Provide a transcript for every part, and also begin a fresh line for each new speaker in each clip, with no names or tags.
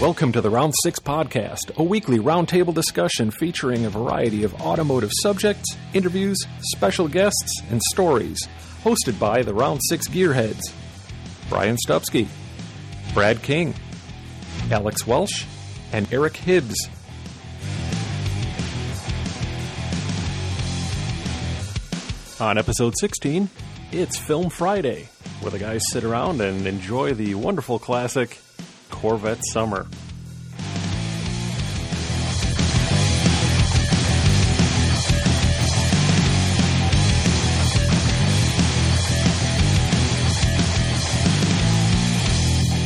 Welcome to the Round 6 Podcast, a weekly roundtable discussion featuring a variety of automotive subjects, interviews, special guests, and stories, hosted by the Round 6 Gearheads Brian Stupsky, Brad King, Alex Welsh, and Eric Hibbs. On episode 16, it's Film Friday, where the guys sit around and enjoy the wonderful classic Corvette Summer.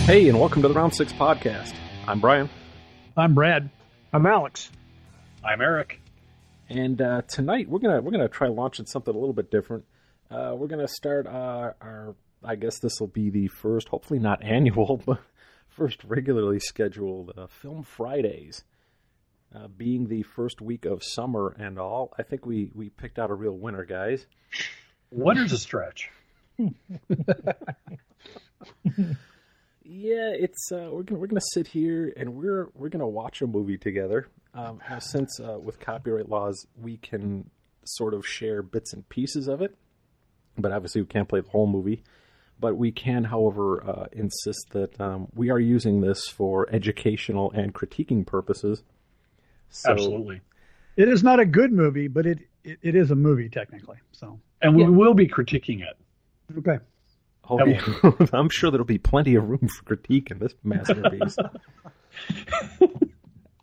Hey, and welcome to the Round 6 Podcast. I'm Brian.
I'm Brad. I'm Alex.
I'm Eric.
And uh, tonight we're gonna we're gonna try launching something a little bit different. Uh, we're gonna start our, our I guess this will be the first, hopefully not annual, but first regularly scheduled uh, film Fridays. Uh, being the first week of summer and all, I think we we picked out a real winner, guys.
What is a stretch?
Yeah, it's uh, we're gonna we're gonna sit here and we're we're gonna watch a movie together. Um, now since uh, with copyright laws, we can sort of share bits and pieces of it, but obviously we can't play the whole movie. But we can, however, uh, insist that um, we are using this for educational and critiquing purposes. So,
Absolutely.
It is not a good movie, but it, it, it is a movie technically. So
And we will be critiquing it.
okay,
Oh, yeah. I'm sure there'll be plenty of room for critique in this masterpiece.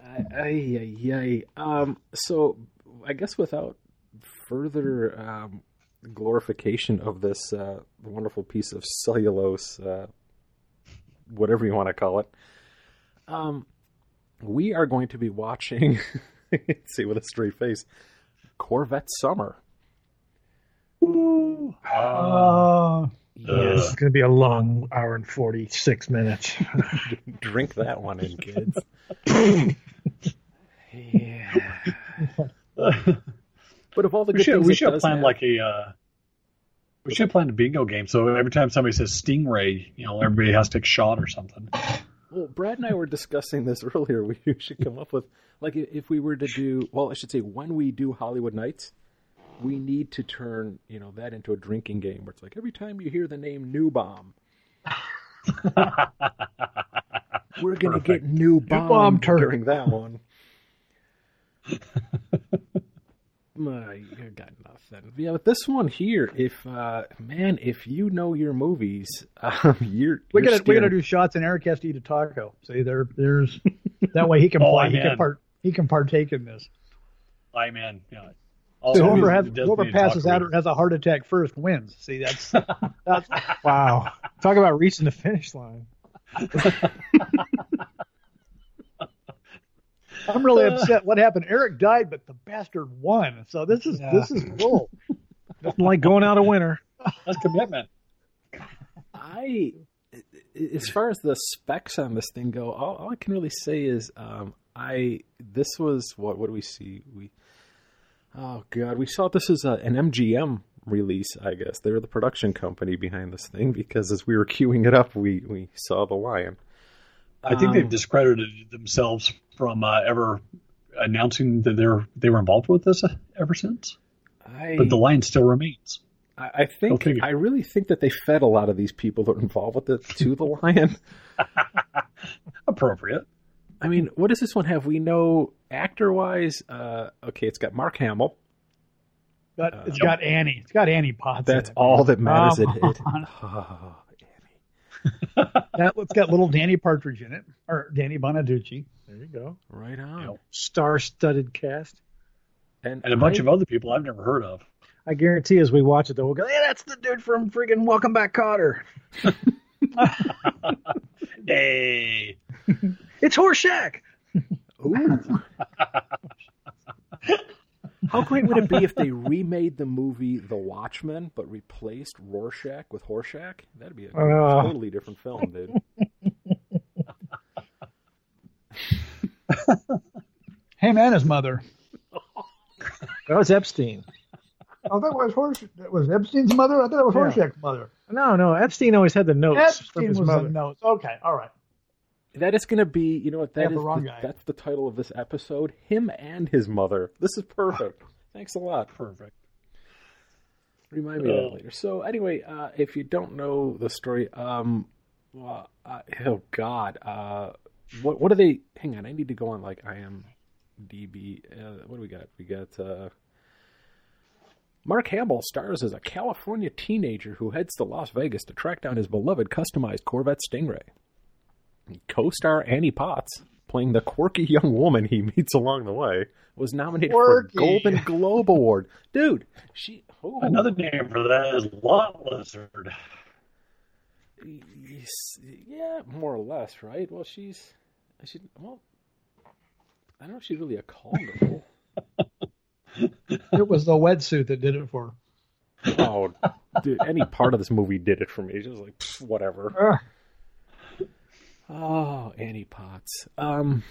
I, ay, ay, ay. Um, so, I guess without further um, glorification of this uh, wonderful piece of cellulose, uh, whatever you want to call it, um, we are going to be watching, see with a straight face, Corvette Summer.
Ah.
Uh,
Yes, it's going to be a long hour and 46 minutes.
Drink that one in, kids. yeah. But of all the
we
good
should,
things,
we
it
should
does
plan
have-
like a. Uh, we should plan a bingo game. So every time somebody says stingray, you know, everybody has to take a shot or something.
Well, Brad and I were discussing this earlier. We should come up with like i- if we were to do well, I should say when we do Hollywood Nights, we need to turn you know that into a drinking game where it's like every time you hear the name New Bomb, we're gonna
Perfect.
get New Bomb,
Bomb turd.
during that one. My, I got nothing. Yeah, but this one here, if uh man, if you know your movies, um, you're
we
you're
gotta we gotta
scared.
do shots, and Eric has to eat a taco. See, there there's that way he can
Oh,
play, he
man.
can part he can partake in this.
I'm in. Yeah.
So
Also,
whoever has
it does
whoever
need to talk
passes out
to
or has a heart attack first wins. See, that's that's
Wow. Talk about reaching the finish line.
I'm really upset. What happened? Eric died, but the bastard won. So this is
Yeah.
this is cool.
Nothing like going out a winner.
That's commitment.
I, as far as the specs on this thing go, all, all I can really say is, um, I this was what what do we see? We oh god, we saw this as a, an MGM release. I guess they were the production company behind this thing because as we were queuing it up, we we saw the lion.
I think
Um,
they've discredited themselves from uh, ever announcing that they're they were involved with this uh, ever since.
I,
But the line still remains.
I I think
Okay.
I really think that they fed a lot of these people that were involved with it to the lion.
Appropriate.
I mean, what does this one have? We know actor wise, uh, okay, it's got Mark Hamill.
But it's
Yep.
got Annie. It's got Annie Potts. in
That's
it.
all that matters. It,
Come
it,
on.
oh, Annie.
That, it's got little Danny Partridge in it, or Danny Bonaducci.
There you go.
Right
You
on.
know,
Star studded cast.
and a bunch of other people I've never heard of.
I guarantee as we watch it, though, we'll go, hey, that's the dude from friggin' Welcome Back Cotter.
Hey,
It's Horseshack.
Ooh. How great would it be if they remade the movie The Watchmen but replaced Rorschach with Horshack? That'd be a
Uh.
totally different film, dude.
Hey man, his mother.
That was Epstein.
Oh, that was horse. That was Epstein's mother. I thought it was
Yeah.
Horseshack's mother.
No, no. Epstein always had the notes from
Epstein
his
was
Oh, mother.
the nose. Okay, all right.
That is going to be, you know what? That
Yeah, the
is
wrong
the-
guy.
that's the title of this episode. Him and his mother. This is perfect. Thanks a lot.
Perfect.
Remind me of
Oh.
that later. So anyway, uh, if you don't know the story, um, well, uh, oh God, uh, what what are they? Hang on, I need to go on like IMDb. Uh, what do we got? We got uh, Mark Hamill stars as a California teenager who heads to Las Vegas to track down his beloved customized Corvette Stingray. Co-star Annie Potts, playing the quirky young woman he meets along the way, was nominated
Quirky.
for a Golden Globe Award. Dude, she oh,
Another name for that is lot lizard.
Yes, yeah, more or less, right? Well, she's I should well, I don't know if she's really a call girl.
It was the wetsuit that did it for.
oh, dude, any part of this movie did it for me. She was like, "Pff, whatever.
her. Ugh.
Oh, Annie Potts. Um,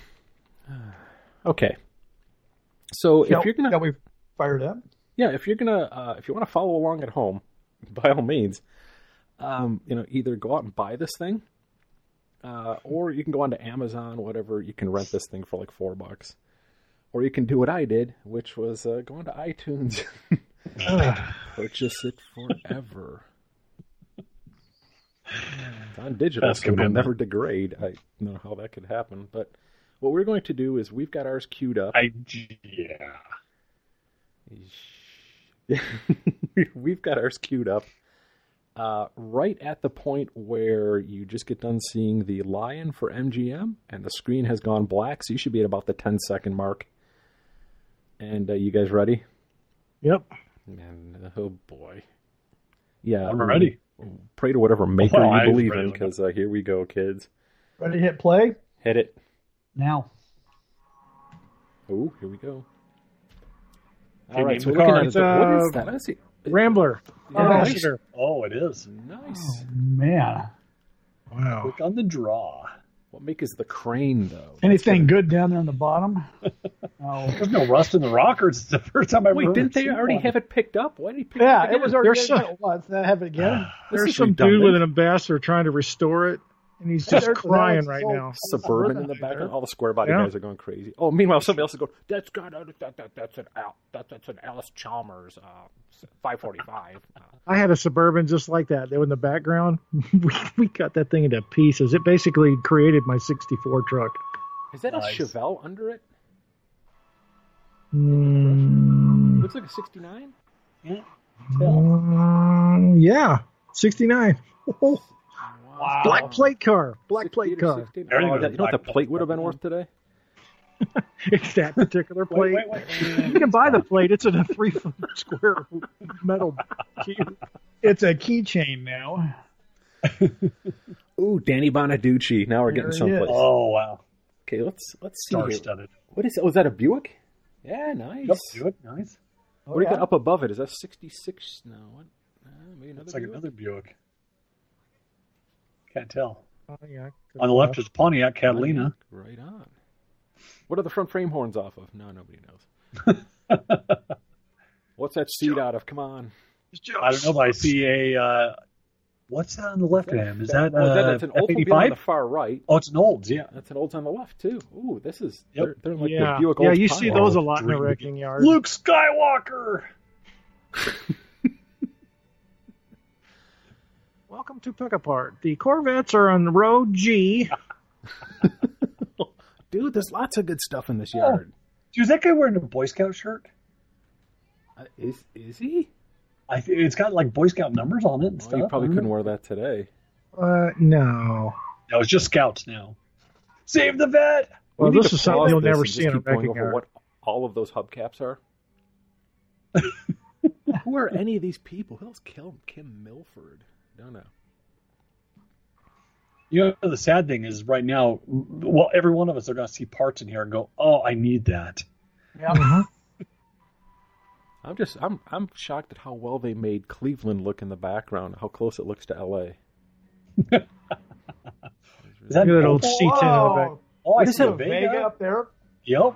okay. So if
Shall-
you're gonna
shall we fired up.
yeah, if you're gonna uh, if you want to follow along at home, by all means, um, you know, either go out and buy this thing, uh, or you can go onto Amazon, whatever. You can rent this thing for like four bucks, or you can do what I did, which was uh, go onto iTunes, purchase it forever. it's on digital,
That's
so it'll
commitment.
never degrade. I don't know how that could happen, but what we're going to do is we've got ours queued up.
I yeah.
Yeah. We've got ours queued up. Uh, right at the point where you just get done seeing the lion for MGM and the screen has gone black, so you should be at about the 10 second mark. And uh, you guys ready?
Yep.
Man, oh boy. Yeah.
I'm ready.
Pray to whatever maker
Well, I
you
was
believe
ready
in,
to
because uh, here we go, kids.
Ready to hit play
Hit it.
now.
Oh, here we go.
Okay,
All right,
name
so
the
we're looking at
card.
it. What is
Uh,
that? I see.
Rambler.
Nice.
Ambassador.
Oh, it is.
nice.
Oh.
Man,
Wow.
Click on the draw.
What make is the crane, though?
anything good down there on the bottom? oh,
There's no rust in the rockers. It's the first time I've
Wait,
ever
didn't they
seen
already
one.
have it picked up? Why did he pick it up?
yeah, it
again?
was already
There's
done
some-
it once. That have it again.
This
There's
is
some
redundant.
dude with an ambassador trying to restore it, and he's just
There's-
crying
there's
right
so-
now.
suburban in the back. All the square body
Yeah.
guys are going crazy. Oh, meanwhile, somebody else is going. That's got that, that, that's an Al, that, that's an Alice Chalmers, uh, five forty five. Uh,
I had a suburban just like that. They were in the background. we, we cut that thing into pieces. It basically created my '64 truck.
is that
Nice.
a Chevelle under it?
Mm,
Looks like a sixty nine.
um, yeah, '69.
Wow.
Black plate car. Black plate car.
Everything
Oh,
was
that, you know what the
blacked out.
plate would have been worth today?
It's that particular
Wait,
plate.
wait, wait.
You can buy the plate. It's in a three foot square metal cube.
It's a keychain now.
Ooh, Danny Bonaducci. Now we're getting
There it is.
someplace.
Oh wow,
Okay, let's let's see.
star
here.
studded.
What is? Oh, is that a Buick? Yeah, nice.
Yep, Buick, nice.
What do you got up above it? Is that sixty six? No, what? Uh, maybe another.
It's like
Buick?
another Buick. Can't tell.
Oh, yeah.
On the left is Pontiac Catalina.
Right on. What are the front frame horns off of? No, nobody knows. What's that seat out of? Come on.
I don't know, but I see a. Uh, what's that on the left of him? Is that,
oh, is
uh,
that's an Oldsmobile on the
F85?
far right.
Oh, it's an Olds, yeah.
That's an Olds on the left too. Ooh, this is
Yep.
they're, they're like
yeah,
the Buick
yeah
Olds
you see
Pine.
those a lot in the
Dream.
wrecking yard.
Luke Skywalker!
Welcome to Pick Apart. The Corvettes are on Road G.
Dude, there's lots of good stuff in this yard.
Dude, is that guy wearing a Boy Scout shirt?
Uh, is is he?
I th- It's got like Boy Scout numbers on it
Well,
and stuff. Mm-hmm.
you probably
I don't
couldn't
know.
wear that today.
Uh, no.
No, it's just Scouts now. Save the vet!
Well,
We need
this
to
is something
pause
you'll
this
never
and
see
just
in a
keep going
wrecking
over
yard.
What all of those hubcaps are? Who are any of these people? Who else killed Kim Milford? Don't know.
You know, the sad thing is right now, well, every one of us are going to see parts in here and go, oh, I need that.
Uh-huh.
Yeah.
I'm just I'm I'm shocked at how well they made Cleveland look in the background, how close it looks to LA.
Is that,
Look at that old
Opal?
seat in the back.
Whoa.
Oh, I
What is
see a
it,
Vega.
Vega up there?
Yep.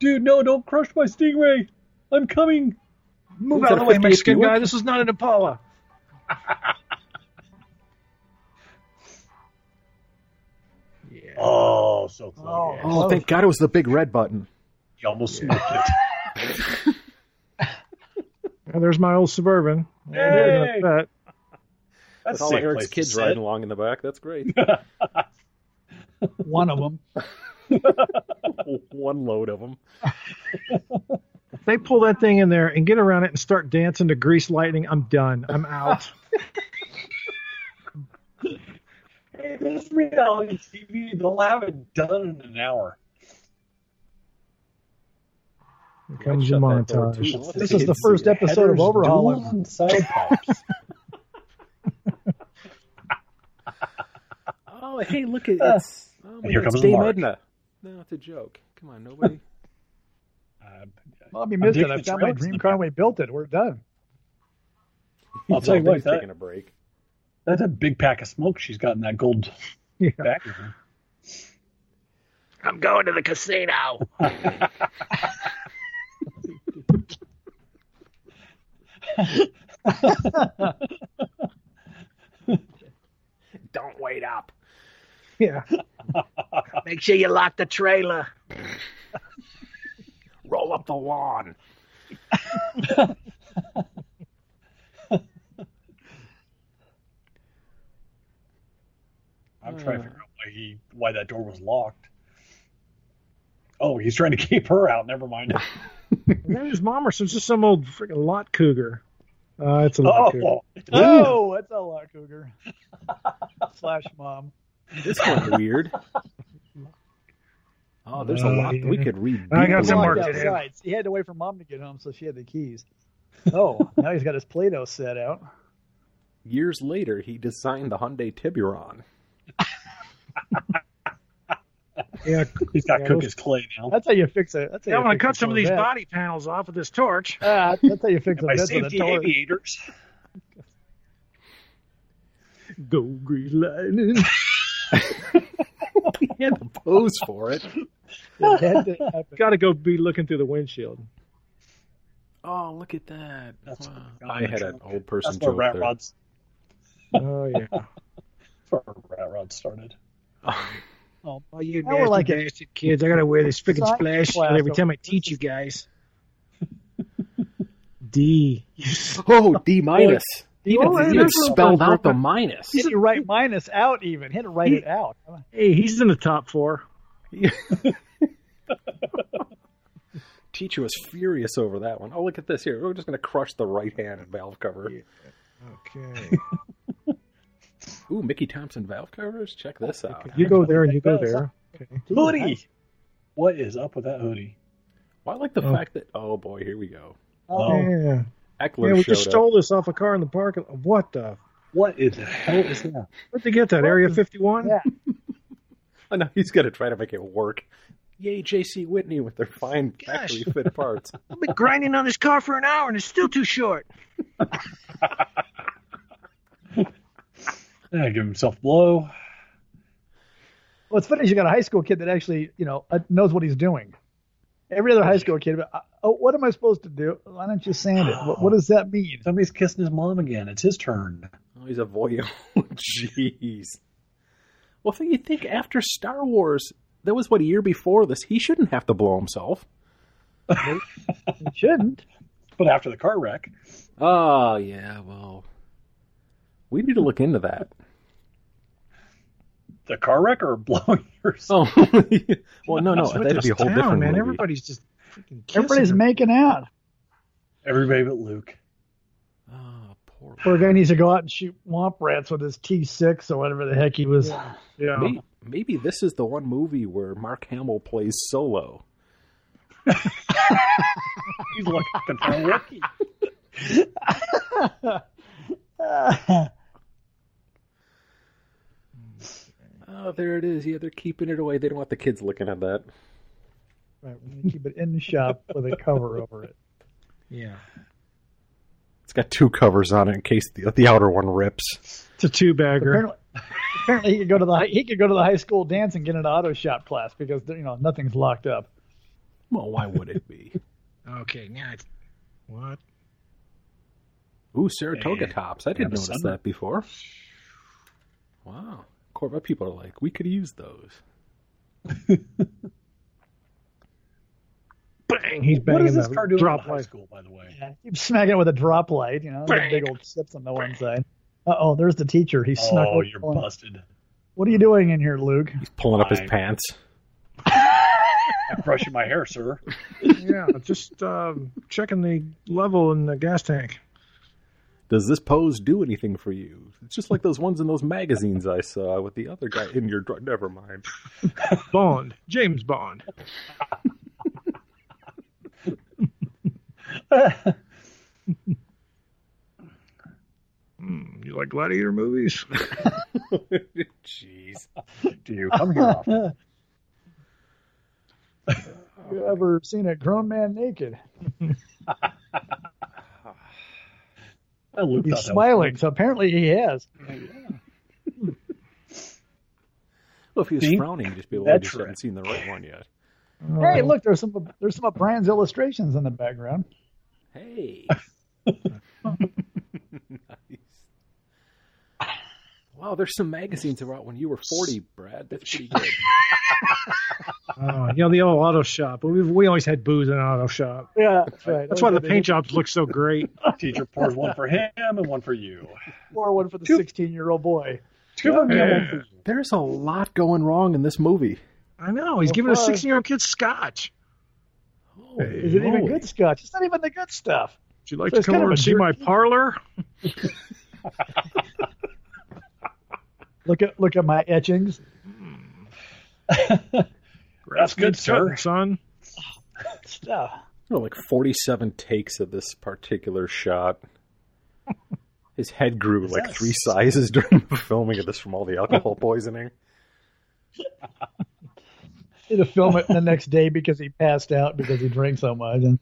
Dude, no, don't crush my Stingray. I'm coming.
Move
It's
out
a
of the way,
58
Mexican
Buick.
guy. This is not an Impala.
Oh, so close.
Oh.
Yeah.
Oh,
Oh.
thank God it was the big red button.
You almost sniffed it.
And there's my old suburban.
Hey!
That-
That's
With all
a safe
Eric's
place to
kids
sit.
riding along in the back. That's great.
One of them.
One load of them.
they pull that thing in there and get around it and start dancing to Grease Lightning. I'm done. I'm out.
Hey, this reality TV, they'll have it done in an hour.
Here
I'd
comes the
shut that door,
montage.
too. Let
This
the
is the
kids
first
see it.
episode of
Headers,
Overhaul.
duels, and side pipes.
Oh, hey, look at it's. Oh my
And here
God, it's
comes
Dame
Mark.
Edna. No, it's a joke. Come on, nobody.
Uh,
Bob, you missed it.
Addiction
I've got
is
my
real.
dream Conway built it. We're done.
I'll tell you
No,
what,
he's
that-
taking a break.
that's a big pack of smoke she's got in that gold
Yeah.
bag. of her.
I'm going to the casino.
Don't wait up.
Yeah.
Make sure you lock the trailer.
Roll up the lawn.
I'm trying to figure out why he why that door was locked. Oh, he's trying to keep her out. Never mind.
And then his mom or some just some old freaking lot cougar. Uh, it's a lot cougar.
Oh,
Oh, that's a lot, Cougar. Slash mom.
This one's weird. Oh, there's a
Uh,
lot we
yeah.
could read.
I got
He
some
walked
work to do.
outside. He had to wait for mom to get home, so she had the keys. Oh, now he's got his Play-Doh set out.
Years later, he designed the Hyundai Tiburon.
Yeah.
he's got
Yeah,
cook
those-
his clay now.
That's how you fix it. That's how you
I'm going
fix
to cut some of these
that.
body panels off with this torch.
Ah, that's how you fix
And
it.
my
That's with a
safety
torch.
aviators.
Go Grease Lightning.
He had to pose for it.
It had to happen.
Got to go be looking through the windshield.
Oh, look at that.
That's
Wow.
what
I had an old person
That's where
joke
rat
there.
rods.
Oh, yeah.
That's where rat rods started.
Oh,
Oh, you
I would
nasty
like it.
bastard kids. I got to wear this freaking
Science
splash
class
every
of-
time I teach you guys. D.
Oh, D minus. He
Oh,
even,
hey,
he even
there's a-
spelled out the minus.
He had to write minus out even. He had to write it out.
Hey, he's in the top four.
Teacher was furious over that one. Oh, look at this here. We're just going to crush the right hand valve cover.
Okay.
Ooh, Mickey Thompson valve covers? Check this out.
You go there and you go there.
Hoodie. What is up with that hoodie?
Well, I like the
Oh.
fact that. Oh, boy, here we go.
Oh,
Yeah.
Eckler
Yeah, we
showed
just
up.
stole this off a car in the parking lot. What the?
what in the hell is that?
Where'd they get that? Area 51?
Yeah.
I know he's going to try to make it work. Yay, J.C. Whitney with their fine
Gosh.
factory fit parts.
I've been grinding on this car for an hour and it's still too short.
Yeah, give himself a blow.
Well, it's funny is you got a high school kid that actually, you know, uh, knows what he's doing. Every other high school kid, uh, oh, what am I supposed to do? Why don't you sand it? What, what does that mean?
Somebody's kissing his mom again. It's his turn.
Oh, he's a voyeur. Jeez. Well, think you think after Star Wars, that was what a year before this. He shouldn't have to blow himself.
You shouldn't.
But after the car wreck,
Oh yeah, well, we need to look into that.
the car wreck or blowing yourself?
Oh, well, Oh, no, no,
That's what
that'd
this
be a whole
town,
different
man.
movie.
Everybody's just freaking kissing
Everybody's
her.
making out.
Everybody but Luke.
Oh, poor
Poor guy needs to go out and shoot womp rats with his T6 or whatever the heck he was.
Yeah.
May- Maybe this is the one movie where Mark Hamill plays solo.
He's looking for a rookie.
Oh, there it is. Yeah, they're keeping it away. They don't want the kids looking at that.
Right, we're gonna keep it in the shop with a cover over it.
Yeah.
It's got two covers on it in case the the outer one rips.
It's a two bagger.
Apparently, apparently he could go to the he could go to the high school dance and get an auto shop class because you know nothing's locked up.
Well, why would it be?
Okay, now it's. What?
Ooh, Saratoga
Yeah.
tops. I didn't
Yeah, the
notice
summer.
that before. Wow. Corvette people are like, we could use those.
Bang! He's
What
banging
is this
the
car doing in
drop
high
light.
school, by the way?
Yeah, keep smacking it with a drop light, you know, with the big old chips on the one side. Uh oh, there's the teacher. He snuck.
Oh,
over-
you're busted.
What are you doing in here, Luke?
He's pulling up his
Fine.
pants.
I'm brushing my hair, sir.
yeah, just um, checking the level in the gas tank.
Does this pose do anything for you? It's just like those ones in those magazines I saw with the other guy in your. Dr- Never mind.
Bond, James Bond. Hmm, you like gladiator movies?
Jeez.
Do you come here often?
You ever seen a grown man naked?
I looked
He's smiling, so apparently he has.
Well, if he was
See?
frowning, just be like, I
That's
just
right.
haven't seen the right one yet.
Oh,
Hey, look, there's some there's some of Brian's illustrations in the background.
Hey. nice. Wow, there's some magazines about when you were 40, Brad. That's pretty good.
Oh, you know the old auto shop. We we always had booze in an auto shop.
Yeah, that's right.
That's why the paint jobs look so great.
Teacher pours one for him and one for you.
Or one for the 16 year old boy.
Two of them, one for you.
There's a lot going wrong in this movie.
I know he's
Well,
giving a
fine.
sixteen-year-old kid scotch.
Is it even good scotch? It's not even the good stuff.
Would you like
So it's
to come
kind of
over
a
and see my parlor?
Look at look at my etchings.
That's good,
Son,
sir.
Son,
Stuff.
Oh, like 47 takes of this particular shot. His head grew like
that a
three
s-
sizes during the filming of this from all the alcohol poisoning.
Need to film it the next day because he passed out because he drank so much. And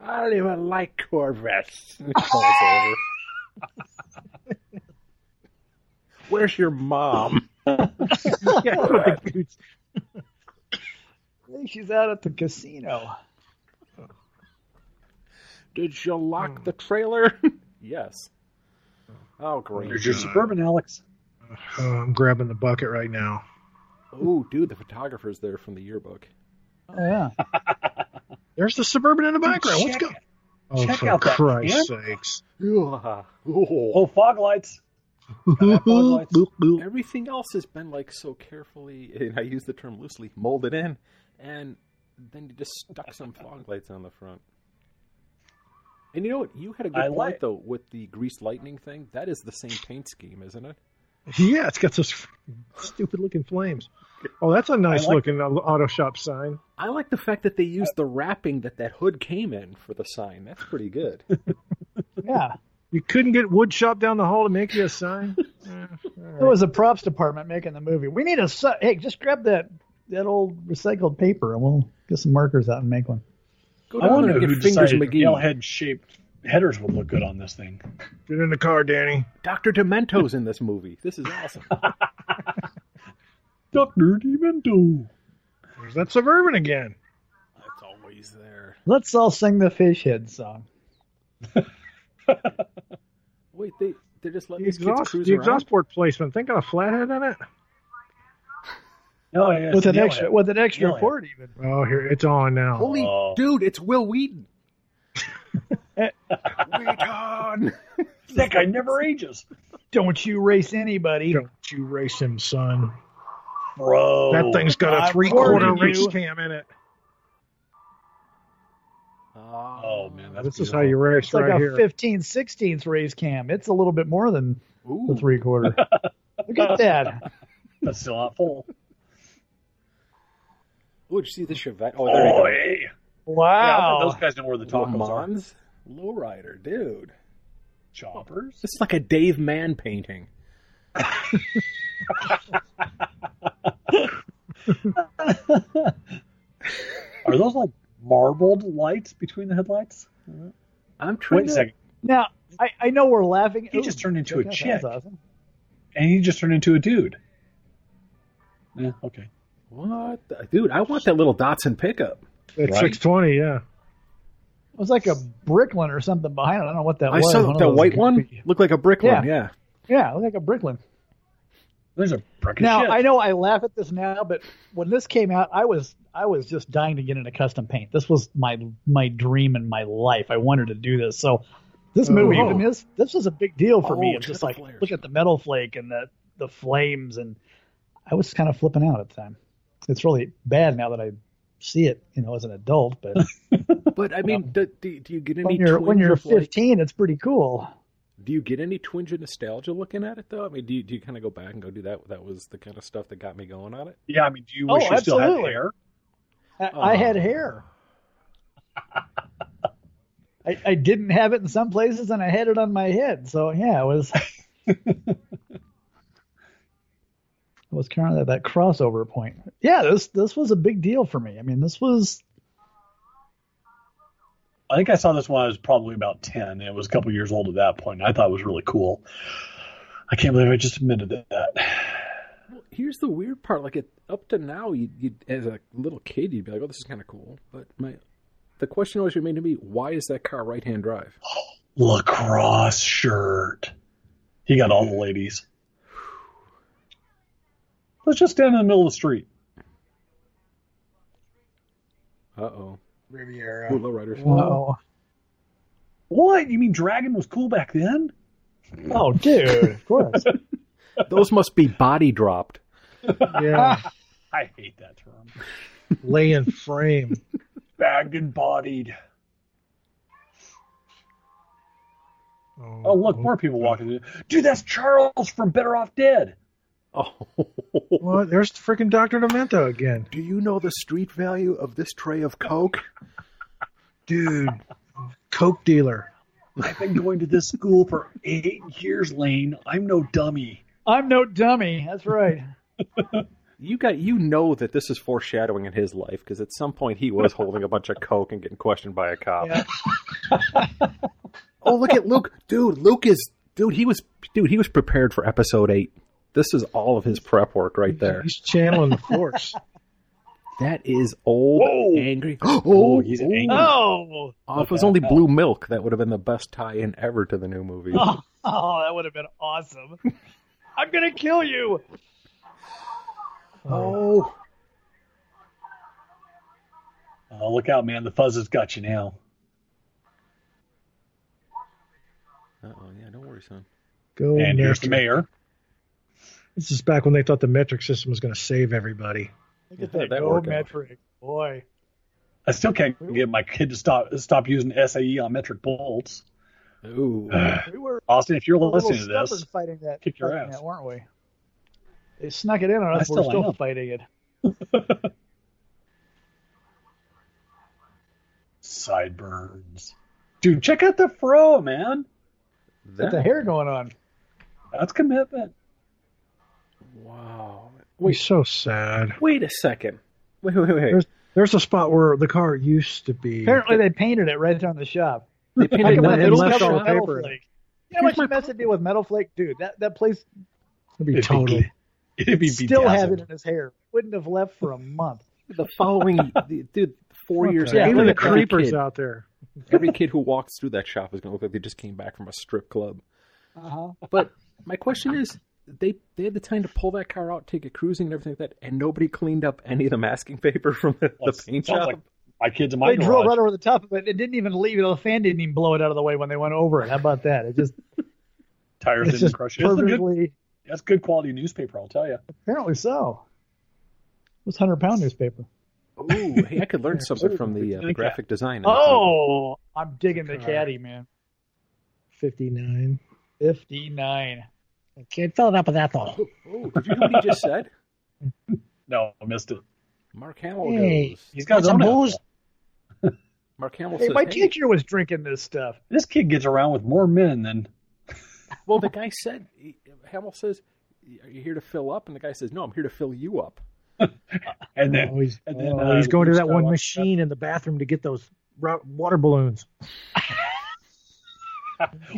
I don't even like Corvettes. Calls over. Where's your mom?
yeah, with the boots.
I think she's out at the casino.
Did you lock the trailer? yes. Hmm. Oh,
Here's
great.
your suburban, Alex.
Oh, I'm grabbing the bucket right now.
Oh, dude, the photographer's there from the yearbook.
Oh yeah.
There's the suburban in the background. Let's go.
Check-
Oh,
check
for
out that
Christ's sakes!
Yeah. Oh.
Oh, fog lights. lights.
Boop,
Everything else has been like so carefully, and I use the term loosely, molded in, and then you just stuck some fog lights on the front. And you know what? You had a good
I
point
like-
though with the greased lightning thing. That is the same paint scheme, isn't it?
boop. Yeah, it's got those stupid-looking flames. Oh, that's a nice-looking auto shop sign.
I like the fact that they used the wrapping that that hood came in for the sign. That's pretty good.
Yeah.
You couldn't get wood shop down the hall to make you a sign. Eh,
It was the props department making the movie. We need a su- hey, just grab that that old recycled paper and we'll get some markers out and make one.
Go
I
down
wonder
there and
who
get fingers
decided
McGee.
head shaped headers would look good on this thing.
Get in the car, Danny.
Doctor Demento's in this movie. This is awesome.
Doctor Demento.
There's that suburban again.
it's always there.
Let's all sing the fish head song.
Wait, they they're just letting
The
these kids
exhaust,
cruise
the
around.
exhaust port placement. Think got a flathead in it.
Oh, yeah,
with
it's
an
yellow
extra
head.
with an extra
Nail it.
port even.
Oh, here it's on now.
Holy
Oh.
dude, it's Will Wheaton.
Eh.
Wheaton.
That guy never ages.
Don't you race anybody.
Don't you race him, son.
Bro.
that thing's got
I'm
a three-quarter
warning
race
you.
cam in it.
Ah.
Oh, man. That's
this is how you race
It's like
right
a
here.
15 16th race cam. It's a little bit more than the
Ooh,
three quarter. Look at that.
That's still not full.
Ooh, did you see the Chevette? Oh, there
Oh,
you
hey. Yeah, I bet
Wow.
those guys know where the
go. Le
tacos are.
Mans lowrider, dude.
Choppers.
This is like a Dave Mann painting.
Are those like marbled lights between the headlights?
I'm trying
Wait a
to.
second.
now, I, I know we're laughing.
He just turned into a
that
chick.
sounds awesome.
And he just turned into a dude. Yeah, okay.
What, the- dude? I want that little Datsun pickup.
It's
Right.
620, yeah.
It was like a Bricklin or something behind it. I don't know what that
I
was.
saw
One of
that
those-
white one. Looked like a brick one. Yeah.
Yeah, it was like a Bricklin.
There's a brick of
Now
shit.
I know I laugh at this now, but when this came out, I was I was just dying to get into custom paint. This was my my dream in my life. I wanted to do this. So this movie, I mean, this this was a big deal for me.
Oh,
It's just
metal
like
flares.
look at the metal flake and the the flames, and I was kind of flipping out at the time. It's really bad now that I see it, you know, as an adult. But
But I mean, do, do, do you get any
when you're when
twinge
you're
of, like,
15, it's pretty cool.
do you get any twinge of nostalgia looking at it though? I mean, do you, do you kind of go back and go, do that? That was the kind of stuff that got me going on it.
yeah, I mean, do you
Oh,
wish you still had
absolutely.
hair?
I, I had
Oh.
hair. I, I didn't have it in some places, and I had it on my head. So yeah, it was. it was kind of that, that crossover point. Yeah, this this was a big deal for me. I mean, this was
I think I saw this when I was probably about 10. It was a couple years old at that point. and I thought it was really cool. I can't believe I just admitted that.
Well, here's the weird part. Like it, up to now, you, you as a little kid, you'd be like, "Oh, this is kind of cool." But my, the question always remained to me: Why is that car right-hand drive?
Lacrosse shirt. He got all the ladies. Let's just stand in the middle of the street.
Uh oh.
Riviera.
Ooh, lowriders.
oh,
What? You mean Dragon was cool back then?
oh, dude, of course.
Those must be body dropped.
Yeah,
I hate that term.
lay in frame.
Bagged and bodied.
Oh,
Oh, look, more people walking. in. Dude, that's Charles from Better Off Dead.
Oh.
Well, there's freaking Doctor Demento again,
Do you know the street value of this tray of coke?
dude. Coke dealer.
I've been going to this school for eight years, Lane. I'm no dummy.
I'm no dummy. That's right.
You got you know that this is foreshadowing in his life because at some point he was holding a bunch of coke and getting questioned by a cop.
Yeah.
oh, look at Luke, dude. Luke is dude. He was dude. He was prepared for episode eight. This is all of his prep work right there.
He's channeling the force.
That is old,
Whoa.
angry.
Oh, he's angry.
Oh,
Oh, if it was only blue milk, that would have been the best tie-in ever to the new movie.
oh, oh, that would have been awesome. I'm gonna kill you.
Oh.
Oh, look out, man. The fuzz has got you now.
Uh-oh, yeah, don't worry, son.
Go
and here's the
Metric.
mayor.
This is back when they thought the metric system was going to save everybody.
Look at
Yeah,
that
that
gold
worked out.
metric, boy.
I still can't get my kid to stop stop using SAE on metric bolts.
Ooh.
Uh,
We were
Austin, if you're
a little
listening to
stubborn
this,
fighting that,
Kick your
fighting
ass.
that, weren't we? They snuck it in on
I
us. We're
still
still
am.
fighting it.
sideburns. Dude, check out the fro, man.
Got the
That,
hair going on.
That's commitment.
wow.
He's
Wait,
so sad.
wait a second. Wait, wait, wait. wait.
There's, there's a spot where the car used to be.
Apparently, they painted it right there on the shop.
They painted
How come
it
that
and
little
left
covered
all the
metal
paper.
flake? You know how much mess it'd be with metal flake, dude. That that place
It'd be
It'd be
total.
gl- It'd be
still have it
bedazzled.
in his hair. Wouldn't have left for a month.
the following, the- dude, four
What
years
the-
after
Even the
that, every
creepers
kid-
out there.
Every kid who walks through that shop is going to look like they just came back from a strip club.
Uh-huh.
But my question is, they they had the time to pull that car out, take it cruising and everything like that, and nobody cleaned up any of the masking paper from the, the
Sounds
paint shop.
like my kids in my
They drove
garage.
right over the top of it. It didn't even leave. The fan didn't even blow it out of the way when they went over it. How about that? It just
Tires
it's
didn't
just
crush it. That's, a good,
perfectly.
that's good quality newspaper, I'll tell you.
Apparently so. It was hundred pound newspaper.
Ooh, hey, I could learn something from the, uh, the
Okay.
graphic design.
Oh, I'm digging the
Car.
caddy, man.
59.
59.
I can't fill it up with that though.
Ooh, Oh, did you hear what he just said?
No, I missed it.
Mark Hamill
Hey.
goes.
He's got his
Some
own
booze.
alcohol.
Mark Hamill
Hey,
says,
my
"Hey."
teacher was drinking this stuff.
This kid gets around with more men than
Well, the guy said, he- Hamill says, "Are you here to fill up?" And the guy says, "No, I'm here to fill you up."
and then
Oh, he's,
and then,
oh,
uh,
he's going to
Luke
that one
Skywalker-
machine in the bathroom to get those ro- water balloons.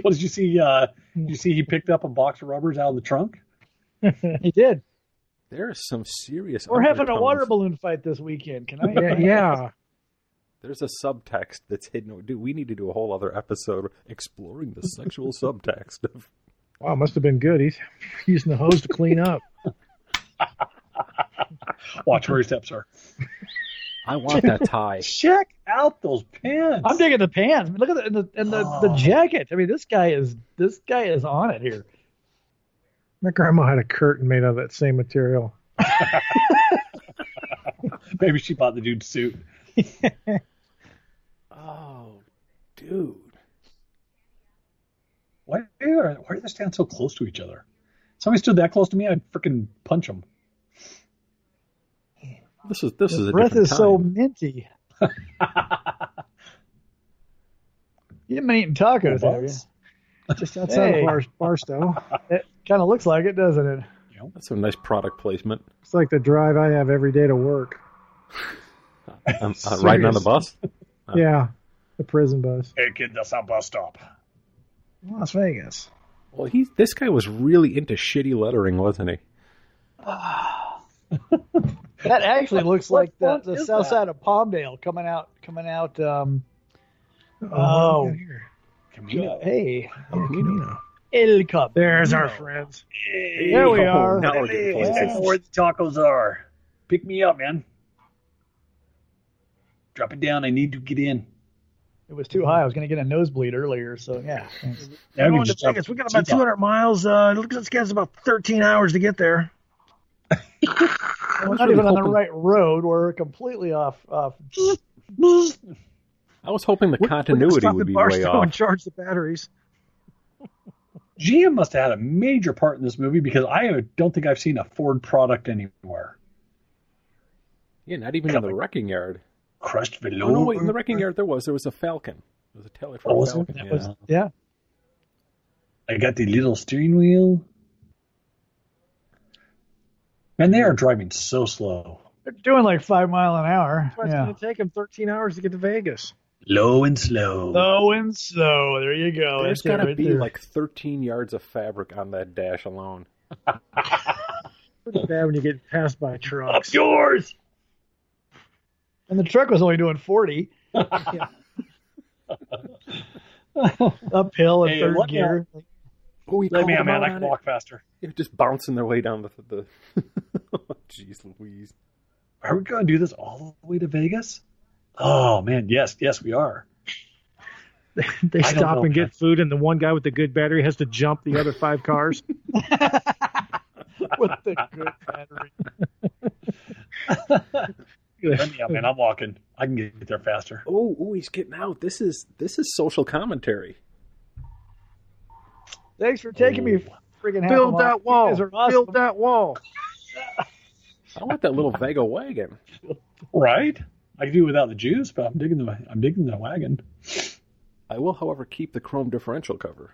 What did you see? Uh, did you see he picked up a box of rubbers out of the trunk?
He did.
There is some serious.
We're having a
undertones.
water balloon fight this weekend. Can I?
Yeah, yeah.
There's a subtext that's hidden. Dude, we need to do a whole other episode exploring the sexual subtext of
Wow, must have been good. He's using the hose to clean up.
Watch where your steps are.
I want that tie.
Check out those pants.
I'm digging the pants. I mean, look at the and the and the, the
Oh.
jacket. I mean, this guy is this guy is on it here.
My grandma had a curtain made out of that same material.
Maybe she bought the dude's suit.
Oh, dude.
Why are why do they stand so close to each other? Somebody stood that close to me, I'd freaking punch them.
This is this
His
is a
breath
different
is so
time.
minty. You haven't been eating tacos, have you?
Just outside
Hey.
of Bar- Barstow.
It kind of looks like it, doesn't it?
That's a nice product placement.
It's like the drive I have every day to work.
I'm, uh, riding on the
Seriously.
bus. Uh.
Yeah, the prison bus.
Hey kid, that's not bus stop.
Las Vegas.
Well, he this guy was really into shitty lettering, wasn't he?
That actually looks
What
like the,
font
the
is
south
that?
side of Palmdale coming out coming out. Um,
Oh,
Oh.
look at here.
Camino.
hey,
Yeah, Oh, Camino.
El Cup.
There's our friends.
There we are.
Oh, Now we're getting
Hey,
places.
that's where the tacos are. Pick me up, man. Drop it down. I need to get in.
It was too high. I was going to get a nosebleed earlier, so yeah. thanks.
Now
We're
we
going
can
to
just
Vegas.
jump
We got
to
about
T-Top.
200 miles. Uh, it looks like it's got us about 13 hours to get there.
We're not even on the right road. We're completely off off
I was hoping the
We- we can
continuity
stop
would
at
be way
Barstow
off.
And charge the batteries.
GM must have had a major part in this movie because I don't think I've seen a Ford product anywhere.
Yeah, not even in the wrecking yard.
Crushed
Oh
velour.
no, wait, in the wrecking yard there was there was a falcon. There was a telephone
Oh, was there?
falcon.
That
yeah.
was-
Yeah.
I got the little steering wheel. Man, they are
Mm.
driving so slow.
They're doing like five mile an hour.
That's why
Yeah.
it's going to take them 13 hours to get to Vegas.
Low and slow.
Low and slow. There you go.
There's
That's Oh, it
gotta
right
be
there.
like 13 yards of fabric on that dash alone.
Pretty bad when you get passed by
Up
trucks.
yours.
and the truck was only doing forty uphill in
Hey,
third
what
gear.
Oh, he
Let
called
me out,
him
man.
out
I
on
can
it.
walk faster.
They were just bouncing their way down the. the... Jeez Louise.
Are we going to do this all the way to Vegas? Oh man, yes, yes, we are.
They
I don't
stop
know,
and
man.
get food, and the one guy with the good battery has to jump the other five cars.
with the good battery.
Let me out, man. I'm walking. I can get there faster.
Oh, oh, he's getting out. This is this is social commentary.
Thanks for taking me friggin' half a
Build
mile.
that
You
wall.
guys are awesome.
Build that wall.
I want that little Vega wagon.
Right? I can do without the juice, but I'm digging the I'm digging the wagon.
I will, however, keep the chrome differential cover.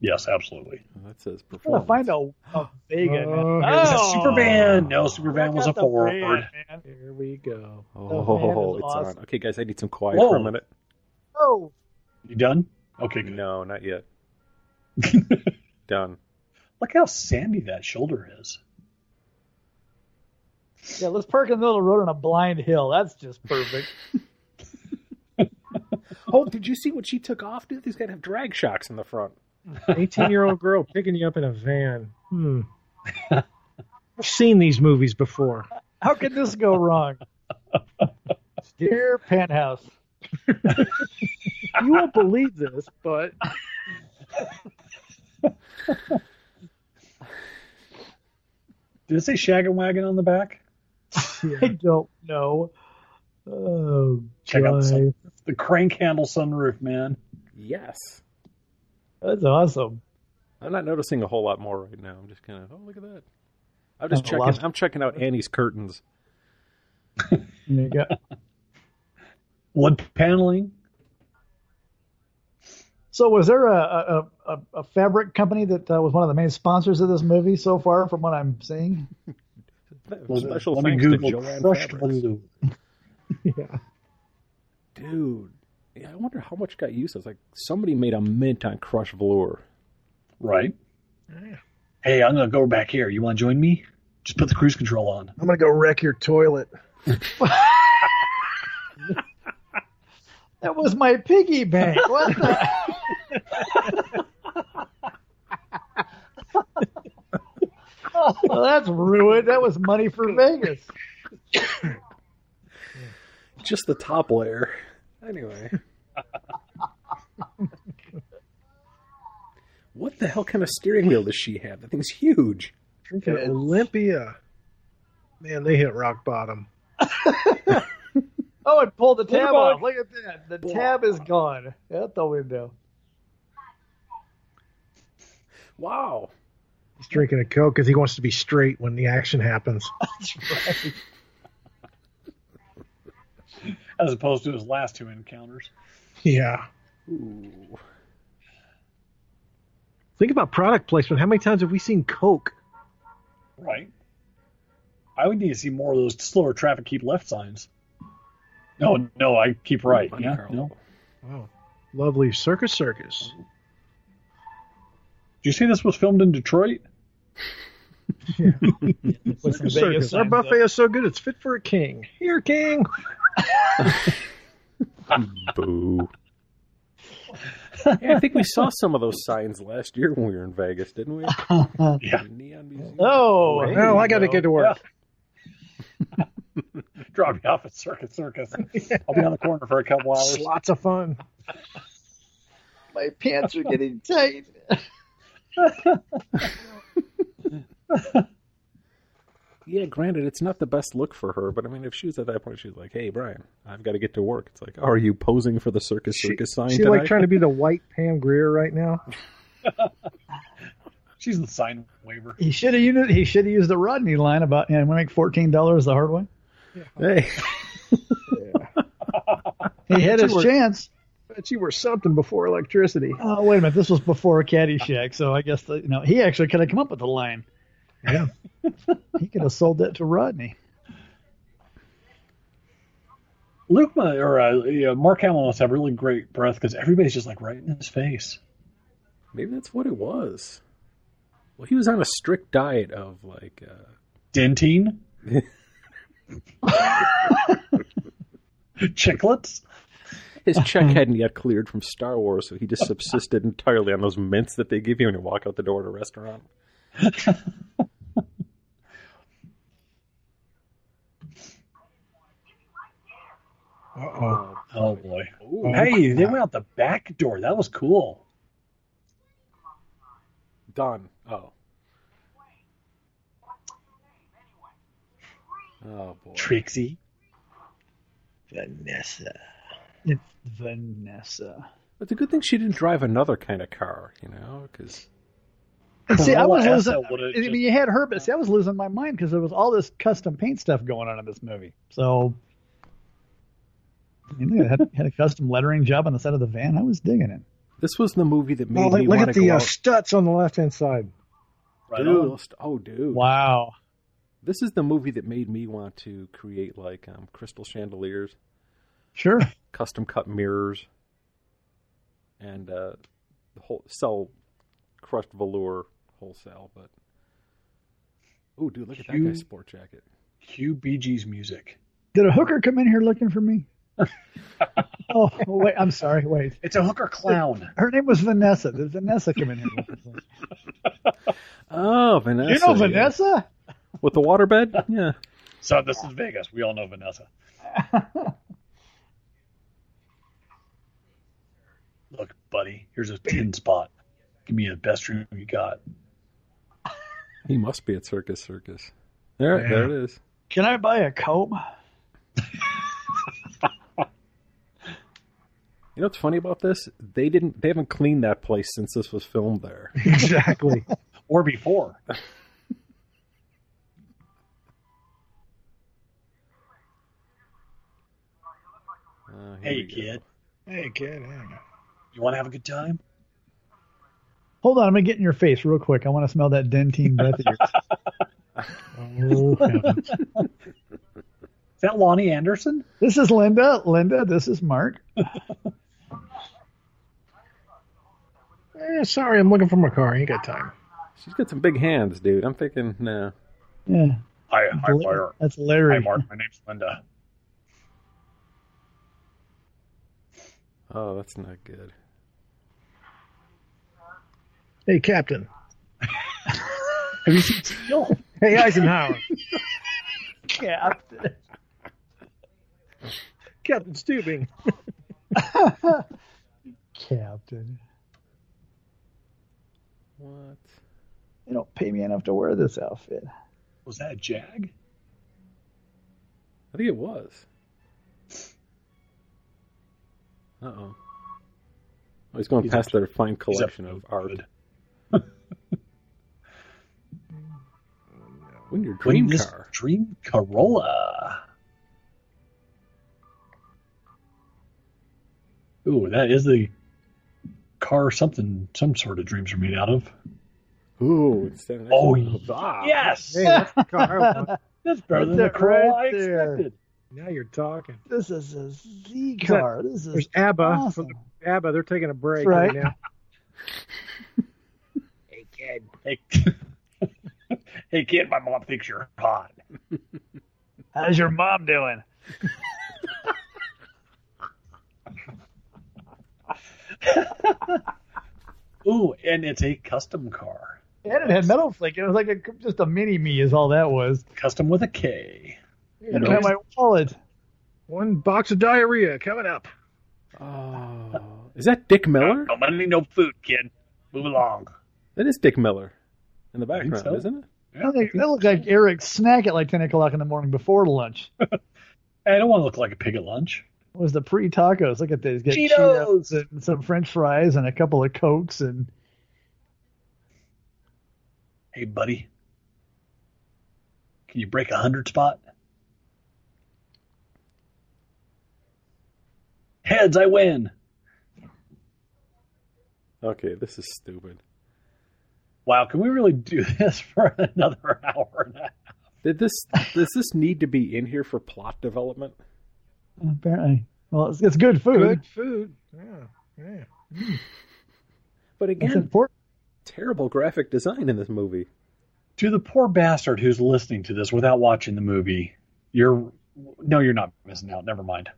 Yes, absolutely.
That says
I'm gonna
performance.
find a, a Vega. man.
Oh,
Is that
Oh,
Superman. No, Superman
I
was a
got the
Ford.
van, man.
Here we go.
Oh,
the
ho, ho,
van
ho,
is
it's
awesome.
on. Okay, guys, I need some quiet
Whoa.
for a minute.
Oh,
You done? Okay, good.
No, not yet. Done.
Look how sandy that shoulder is.
yeah. Let's park in the middle of the road on a blind hill. That's just perfect.
Oh, did you see what she took off, dude? These guys have drag shocks in the front.
18 year old girl picking you up in a van. Hmm. I've seen these movies before.
How could this go wrong? Dear penthouse.
You won't believe this, but
Did it say Shag and Wagon on the back?
I don't know. Oh,
Check out the,
God.
sun- the crank handle sunroof, man.
Yes.
that's awesome.
I'm not noticing a whole lot more right now. I'm just kind of, oh, look at that. I'm just
I'm
checking.
lost.
I'm checking out Annie's curtains.
There you go.
Wood paneling.
So, was there a, a, a, a fabric company that uh, was one of the main sponsors of this movie so far, from what I'm seeing?
Special
Let me
thanks to
Google
Joanne
crushed
Fabrics.
velour.
Dude, yeah, I wonder how much got used. I was like, somebody made a mint on crushed velour.
Right. Hey, I'm gonna go back here. You want to join me? Just put the cruise control on.
I'm going to go wreck your toilet.
That was my piggy bank. What the? that's ruined. That was money for Vegas.
Just the top layer. Anyway. what the hell kind of steering wheel does she have? That thing's huge.
Freaking Olympia. Man, they hit rock bottom.
Oh, it pulled the tab
about-
off. Look at that. The tab is gone. Out the window.
Wow.
He's drinking a Coke because he wants to be straight when the action happens.
as opposed to his last two encounters.
Yeah.
Ooh.
Think about product placement. How many times have we seen Coke?
Right. I would need to see more of those slower traffic keep left signs. No, no, I keep right.
Monte
Yeah,
Carlo.
no.
Wow. Lovely circus circus.
Did you see this was filmed in Detroit?
Put some
Circus
Vegas
circus. Our
signs up.
buffet is so good it's fit for a king. Here, king.
Boo. Hey, I think we saw some of those signs last year when we were in Vegas, didn't we?
Yeah.
The Neon Museum.
Oh,
Hey,
Well, I got to get to work.
Drop me off at Circuit Circus. I'll be on the corner for a couple hours.
It's lots of fun.
My pants are getting tight.
Yeah, granted, it's not the best look for her, but I mean, if she was at that point, she's like, "Hey, Brian, I've got to get to work." It's like, "Are you posing for the circus circus sign
She
tonight?"
like trying to be the white Pam Greer right now.
She's the sign waiver.
He should have used he should have used the Rodney line about and we make fourteen dollars the hard way.
hey,
He had his
Sure.
chance.
But you were something before electricity.
Oh wait a minute, this was before Caddyshack, so I guess the, you know he actually could have come up with the line.
Yeah.
He could have sold that to Rodney.
Luke Ma- or uh, yeah, Mark Hamill must have really great breath because everybody's just like right in his face.
maybe that's what it was. Well, he was on a strict diet of like, uh,
Dentine, chiclets.
his check hadn't yet cleared from Star Wars, so he just subsisted entirely on those mints that they give you when you walk out the door at a restaurant.
Uh-oh.
Oh boy!
Ooh.
hey, they went out the back door. That was cool.
Done. Oh. Oh boy.
Trixie.
Vanessa. It's Vanessa.
It's a good thing she didn't drive another kind of car, you know, because
See, I was
Corolla Essa
losing.
would've
I
just-
mean, you had her, but see, I was losing my mind because there was all this custom paint stuff going on in this movie. So, I mean, they had, had a custom lettering job on the side of the van. I was digging it.
this was the movie that made
Well, look,
me
look
want
at
to
the
go
uh,
out.
studs on the left hand side.
Right
Dude,
on.
let's- oh, dude,
Wow.
this is the movie that made me want to create like um, crystal chandeliers,
Sure.
custom cut mirrors, and uh, the whole sell crushed velour wholesale. But oh, dude, look at that
You-
guy's sport jacket.
Cue Bee Gees music.
Did a hooker come in here looking for me? oh, wait. I'm sorry. Wait.
It's a hooker clown.
Her name was Vanessa. Did Vanessa come in here? looking for me?
Oh, Vanessa.
you know
yeah.
Vanessa?
with the waterbed. Yeah,
so this is Vegas. We all know Vanessa. Look, buddy, here's a tin spot. Give me the best room you got.
he must be at Circus Circus. There,
Yeah.
there it is.
Can I buy a comb?
You know what's funny about this? They didn't. They haven't cleaned that place since this was filmed there.
Exactly.
Or before.
Uh, here
Hey,
we go.
kid.
hey, kid.
You want to have a good time?
Hold on, I'm gonna get in your face real quick. I want to smell that dentine breath of yours.
Oh, heavens.
Is that Lonnie Anderson?
This is Linda. Linda, this is Mark.
Eh, sorry, I'm looking for my car. I ain't got time.
She's got some big hands, dude. I'm thinking, no.
Yeah,
Hi, hi, Fire.
that's Larry.
Hi, Mark. My name's Linda.
Oh, that's not good.
Hey, Captain.
Have you seen Steel?
Hey, Eisenhower.
Captain.
Captain Steubing.
Captain.
What?
They don't pay me enough to wear this outfit.
Was that a jag?
I think it was. Uh oh. Oh, he's going
He's
past
up
their fine
He's up
collection
to
of
no
art.
good.
When your dream
Dream this
car.
dream Corolla. Ooh, that is the car something some sort of dreams are made out of.
Ooh, it's standing next
Oh,
to the bob.
Yes,
Hey, that's the car I want.
that's better than
Right
the Corolla I
there.
expected.
Now you're talking.
This is a Z
that-
car. This is
There's ABBA
awesome.
from the ABBA. They're taking a break
Right.
right, now.
Hey, kid.
Hey, hey kid, my mom thinks you're hot.
How's your mom doing?
Ooh, and it's a custom car,
And it had metal flake. It was like a, just a mini me is all that was.
custom with a K.
And it had my wallet.
One box of diarrhea coming up.
Oh, is that Dick Miller?
No money, no food, kid. Move along.
That is Dick Miller in the
I think
background,
so.
isn't it?
I don't think- That looked like Eric's snack at like 10 o'clock in the morning before lunch. It
I don't want to look like a pig at lunch.
was the pre tacos. Look at this. Get
Cheetos!
Cheetos and some french fries and a couple of Cokes. And
Hey, buddy, can you break a hundred spot? Heads, I win.
Okay, this is stupid.
Wow, can we really do this for another hour and a half?
Did this does this need to be in here for plot development?
apparently, well, it's, it's good food.
Good food. Yeah. Yeah.
But
It's
again,
important.
terrible graphic design in this movie.
to the poor bastard who's listening to this without watching the movie, you're no, you're not missing out. Never mind.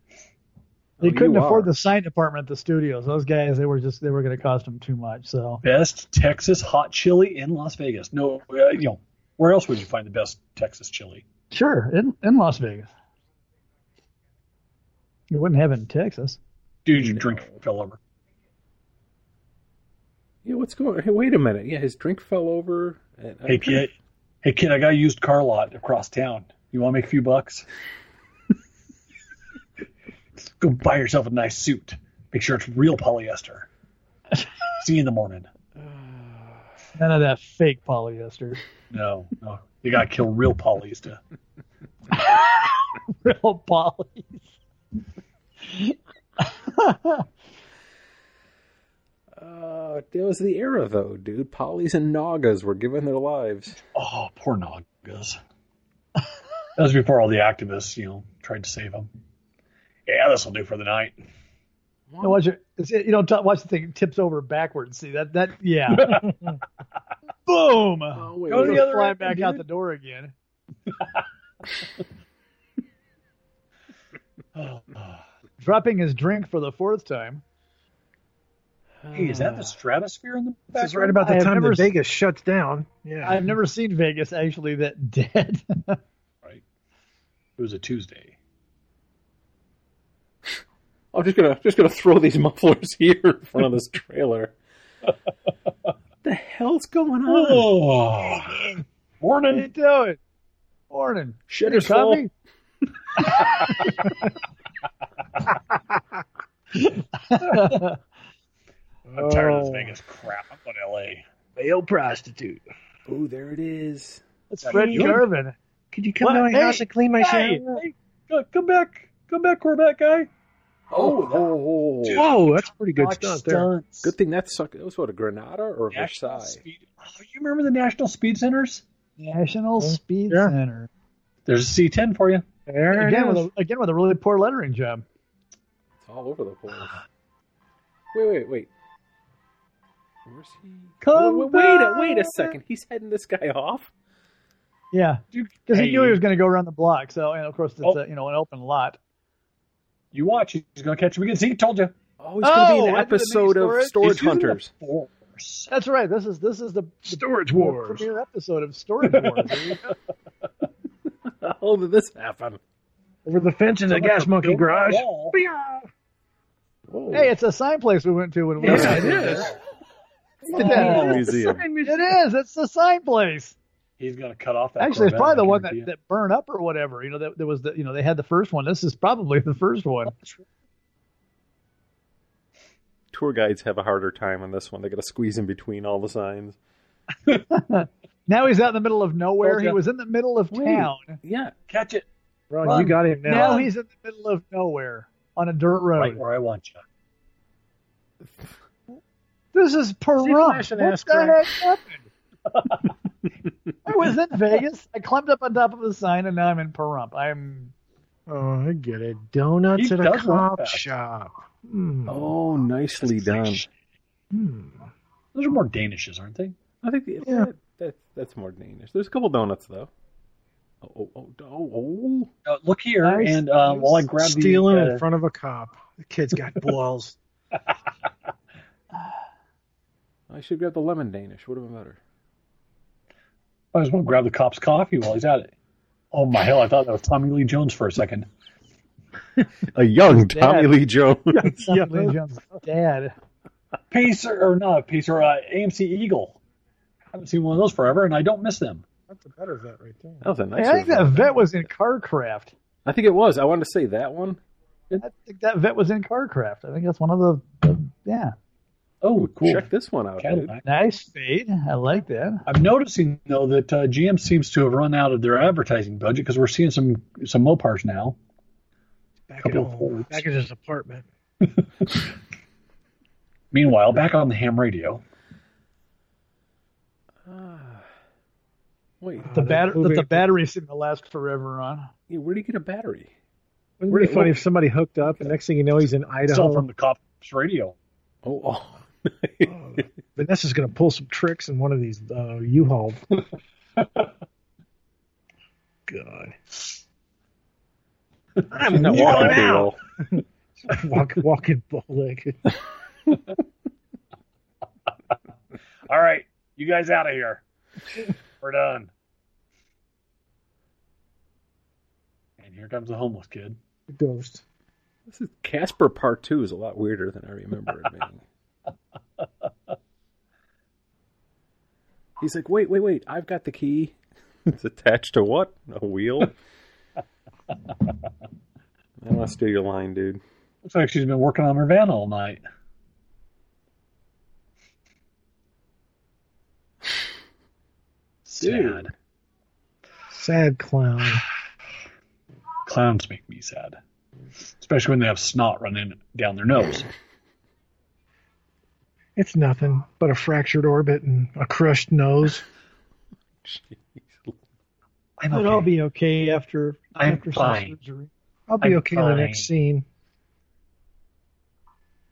They
Oh,
couldn't
you
afford
are.
the sign department at the studios. Those guys, they were just they were going to cost them too much. So
Best Texas hot chili in Las Vegas. No, uh, you know, where else would you find the best Texas chili?
sure, in in Las Vegas, you wouldn't have it in Texas.
Dude, your drink fell over.
Yeah, what's going? Hey, wait a minute. Yeah, his drink fell over. And,
Hey kid, hey kid, I got a used car lot across town. You want to make a few bucks? Go buy yourself a nice suit. Make sure it's real polyester. See you in the morning.
None of that fake polyester,
No, no, you gotta kill real polys to
real poly.
Uh, it was the era, though, dude. Polys and Nagas were giving their lives.
Oh, poor Nagas. that was before all the activists, you know, tried to save him. Yeah, this will do for the night.
Now watch it. it's- You don't t- watch the thing tips over backwards. See that that yeah. Boom.
Oh, wait,
Go
wait,
to
wait.
the other
fly
end,
back
dude.
out the door again.
Oh,
Dropping his drink for the fourth time.
hey, is that the stratosphere in the
This
back?
is right about the
I have
time
never
that
s-
Vegas shuts down. Yeah.
I've never seen Vegas actually that dead.
Right. It was a Tuesday.
Uh, I'm just gonna just gonna throw these mufflers here in front of this trailer. the hell's going on?
Oh,
what are you
morning.
doing? Morning.
Shitter's full.
Coffee?
I'm tired of
Oh.
this Vegas crap. I'm going to LA.
Male prostitute.
Oh, there it is.
That's
That
Fred
you-
Garvin.
Could you come
What?
to my
Hey,
house and clean my
Hey,
shower?
hey, go- come back. Come back, Corvette guy.
Oh, oh,
Whoa, that's pretty good
Watch
stunt there.
stunts.
good thing that sucked. That was what a Granada or a
National
Versailles.
speed. Oh, you remember the National Speed Centers?
National Speed
Yeah.
Center.
There's a C10 for you.
There it
Again with,
is.
a, again with a really poor lettering job.
It's all over the place. Wait, wait, wait. Where's he?
Come
wait, wait, a-
back.
wait a second. He's heading this guy off.
Yeah, because
Hey.
he knew he was going to go around the block. So, and of course, it's
Oh.
a, you know an open lot.
You watch, he's going to catch him again. See, told you.
Oh, he's gonna be
Oh,
in an
right to the
episode
mini
of
storage.
Storage
He's using
Hunters.
the four. Wars.
That's right. This is this is the, the
Storage
the
Wars.
premiere episode of Storage Wars.
How did this happen?
Over the fence in the gas monkey
Built
garage.
my wall.
Whoa.
hey, it's a sign place we went to when we
Yeah, it is.
Wall
Yeah.
museum.
It is. It's the sign place.
He's gonna cut off that.
Actually, it's
Corvette,
probably the
I
one that,
guarantee
that burned up or whatever. You know, that there was the you know they had the first one. This is probably the first one.
Tour guides have a harder time on this one. They got to squeeze in between all the signs.
Now he's out in the middle of nowhere.
Okay.
He was in the middle of
Wait.
town.
Yeah,
it. catch it
Ron,
Run.
you got him
Now,
now.
he's in the middle of nowhere on a dirt road.
right where I want you.
This is Pahrump. What
flashing
the
ass
heck
crack?
happened? I was in Vegas. I climbed up on top of the sign, and now I'm in Pahrump. I'm
Oh, I get it. Donuts
He
at a
does want
cop
that.
shop. Hmm.
Oh, nicely done.
Hmm.
Those are more Danishes, aren't they?
I think the,
Yeah.
that, that that's more Danish. There's a couple donuts though. Oh, oh, oh, oh, oh.
Uh, look here,
Nice.
and uh, while I grab
Stealing
the, uh,
in front of a cop. The kid's got balls.
I should grab the lemon Danish. Would have been better.
I just want to grab the cop's coffee while he's at it. Oh my hell! I thought that was Tommy Lee Jones for a second.
A young
Tommy Dad.
Lee Jones.
Yeah.
Tommy Lee Jones' dad.
Pacer or not Pacer, uh, AMC Eagle. I haven't seen one of those forever, and I don't miss them.
That's a better vet right there.
That was a nice.
I think that
review.
vet was in Carcraft.
I think it was. I wanted to say that one.
I think that vet was in Carcraft. I think that's one of the, the- yeah.
Oh, cool.
Check this one out, dude.
Cadillac.
Nice fade. I like that.
I'm noticing though that uh, GM seems to have run out of their advertising budget because we're seeing some some Mopars now.
Back at
Couple of
home.
folds.
Back at his apartment.
Meanwhile, back on the ham radio,
Ah. Wait,
Uh,
The
that
batter
movie-
that the battery seemed to last forever on.
yeah, where do you get a battery?
Wouldn't it be funny if somebody hooked up, and next thing you know, he's in
it's all
Idaho.
from the cops radio.
Oh, oh.
Oh, Vanessa's going to pull some tricks in one of these uh, U-Haul. God. I'm
not
walking
walking too
out.
well.
Walk, walking bow-legged.
All right, you guys out of here. We're done. And here comes the homeless kid.
Ghost.
This is Casper Part Two is a lot weirder than I remember it being. He's like, wait, wait, wait! I've got the key. It's attached to what? A wheel. I want to steal your line, dude.
Looks like she's been working on her van all night. Sad.
Dude.
Sad clown.
Clowns make me sad. Especially when they have snot running down their nose.
It's nothing but a fractured orbit and a crushed nose.
Jeez.
I'm
But I'll be okay after
I'm
after some
fine.
surgery.
I'll be
I'm
okay in the next scene.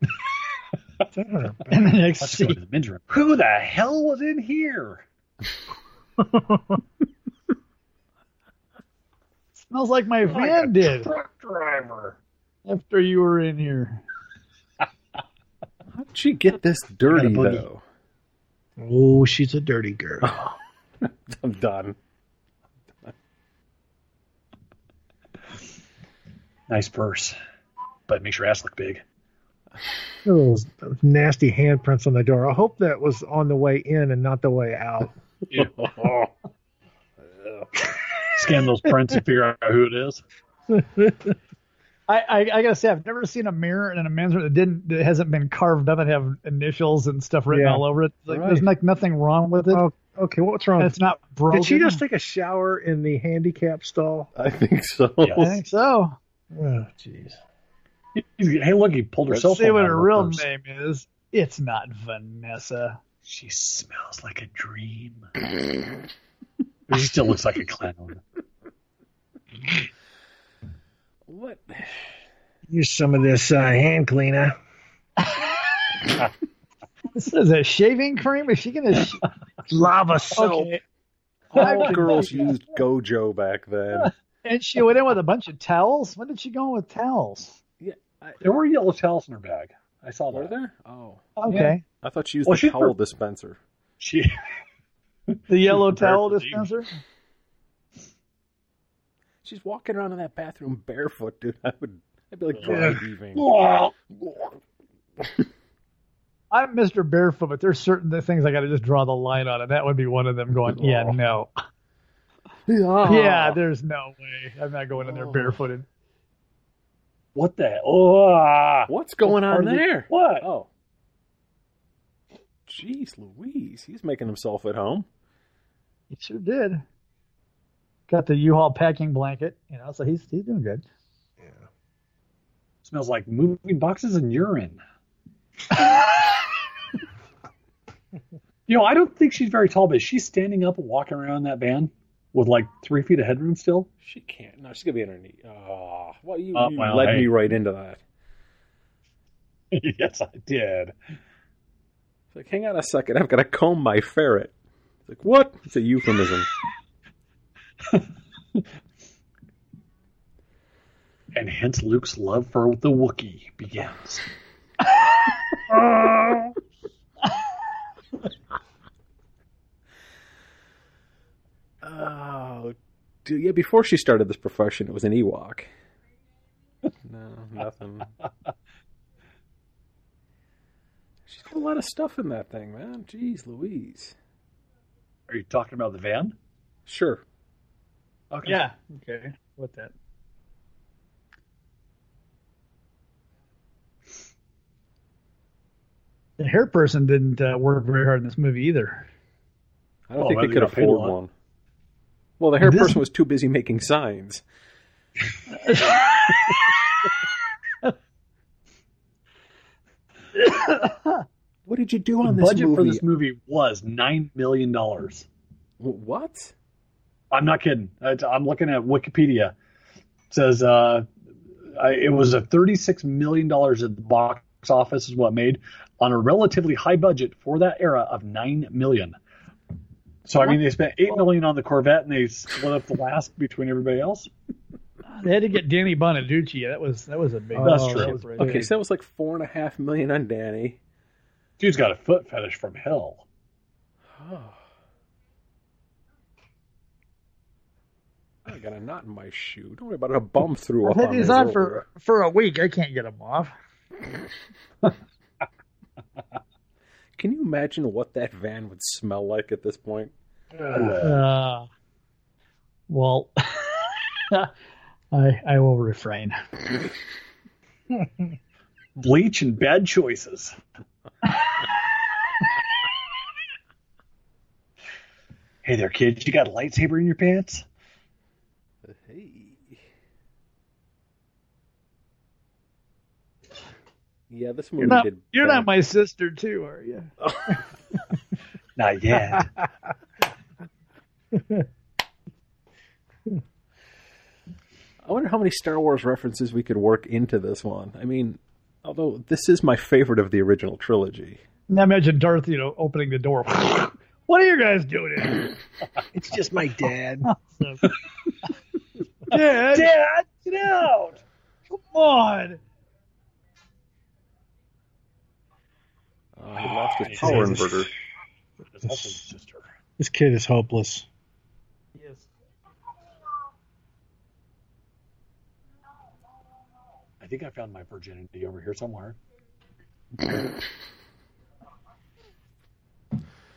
Is that her?
And the next
Let's go
scene-
to the men's room. Who the hell was in here?
smells like Oh my
Like
van
a
did
Truck driver.
after you were in here.
How did she get this dirty
boogie.
though?
Oh, she's a dirty girl.
I'm done.
Nice purse. But makes your ass look big.
Those nasty handprints on the door. I hope that was on the way in and not the way out.
Scan those prints and figure out who it is.
I, I, I gotta say, I've never seen a mirror in a men's room that didn't that hasn't been carved up and have initials and stuff written
Yeah.
all over it. Like,
Right.
There's like nothing wrong with it.
Oh, okay, what's wrong?
And it's not broken.
Did she just take a shower in the handicap stall?
I think so.
I
Yeah.
think so.
Oh, jeez.
He's- Hey, look, he pulled
Let's
herself.
see what her real name is. It's not Vanessa.
She smells like a dream. but she still looks like a clown.
What?
Use some of this uh, hand cleaner.
This is a shaving cream. Is she gonna? Sh-
Lava soap.
okay.
All girls used Gojo back then.
And she went in with a bunch of towels. When did she go in with towels?
Yeah, I,
There were yellow towels in her bag. I saw
were
that.
there? Oh,
Okay.
I thought she used
Well,
the
she's
towel
per-
dispenser.
She
The yellow
prepared
towel
for the-
dispenser.
She's walking around in that bathroom barefoot, dude. I would, I'd be like
Yeah.
dry heaving.
Well,
I'm Mr. Barefoot, but there's certain things I got to just draw the line on, and that would be one of them. Going, yeah,
Oh.
no, yeah, there's no way I'm not going in there
Oh.
barefooted.
what the? Oh, ah.
what's going on
Pardon me?
there?
what?
Oh, jeez, Louise, he's making himself at home.
He sure did. Got the U-Haul packing blanket, you know, so he's he's doing good.
Smells like moving boxes and urine. you know, I don't think she's very tall, but she's standing up and walking around in that van with like three feet of headroom still.
She can't. No, she's gonna be in her knee. Oh, well, you,
Oh,
you
well,
led
hey.
me right into that.
yes, I did.
It's like, hang on a second. I've got to comb my ferret. It's like, what? It's a euphemism.
And hence Luke's love for the Wookiee begins.
oh, dude. Yeah, before she started this profession, it was an Ewok. No, nothing. She's got a lot of stuff in that thing, man. Jeez Louise.
Are you talking about the van?
Sure.
Okay.
Yeah. Okay. What that? The hair person didn't uh, work very hard in this movie either.
I don't
Well,
think
whether
they
you
could
got paid or
afford
not.
one. Well, the hair
This-
person was too busy making signs. What did you do
The
on this
budget
movie?
for this movie was $9 million.
Wh- What?
I'm not kidding. I- I'm looking at Wikipedia. It says uh, I, it was a 36 million dollars at the box office is what made on a relatively high budget for that era of nine million. So I mean, they spent eight million on the Corvette and they split up the last between everybody else.
They had to get Danny Bonaducci. That was that was a big.
That's true.
That was really
Okay,
big.
so that was like four and a half million on Danny.
Dude's got a foot fetish from hell. Oh.
I got a knot in my shoe. Don't worry about it. A bum threw
I've
up
had
on
these
me
on
earlier.
for for a week. I can't get them off.
Can you imagine what that van would smell like at this point?
Uh, well, I I will refrain.
Bleach and bad choices. hey there, kid. You got a lightsaber in your pants?
Hey. Yeah, this movie
You're not
did.
you're not
bad.
my sister too, are you?
Not yet.
I wonder how many Star Wars references we could work into this one. I mean, although this is my favorite of the original trilogy.
Now imagine Darth, you know, opening the door. what are you guys doing? in here?
It's just my dad.
So- Dad,
Dad, get out!
come on!
Uh, he lost his
Jesus.
power inverter.
That's also his sister.
This kid is hopeless.
Yes.
I think I found my virginity over here somewhere. that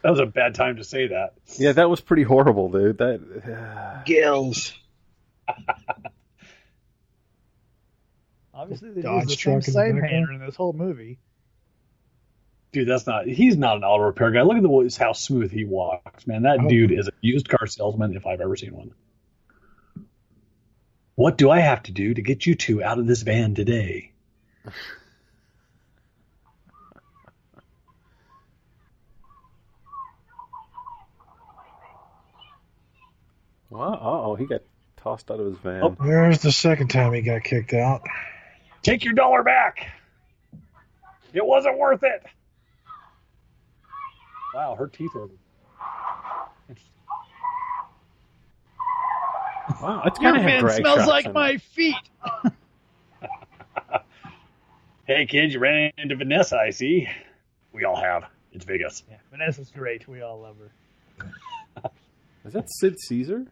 was a bad time to say that.
Yeah, that was pretty horrible, dude. That uh,
Gills.
Obviously, they
Dodge
Dodge used the same
truck in the
sign
background.
painter in this whole movie.
Dude, that's not. He's not an auto repair guy. Look at the way- how smooth he walks, man. That
Oh.
dude is a used car salesman if I've ever seen one. What do I have to do to get you two out of this van today?
wow. Oh, he got tossed out of his van.
Oh.
There's the second time he got kicked out.
Take your dollar back. It wasn't worth it. Wow, her teeth are.
Wow, it's gonna have drag shots in it.
feet.
Hey, kid, you ran into Vanessa, I see. We all have. It's Vegas.
Yeah, Vanessa's great. We all love her.
Is that Sid Caesar?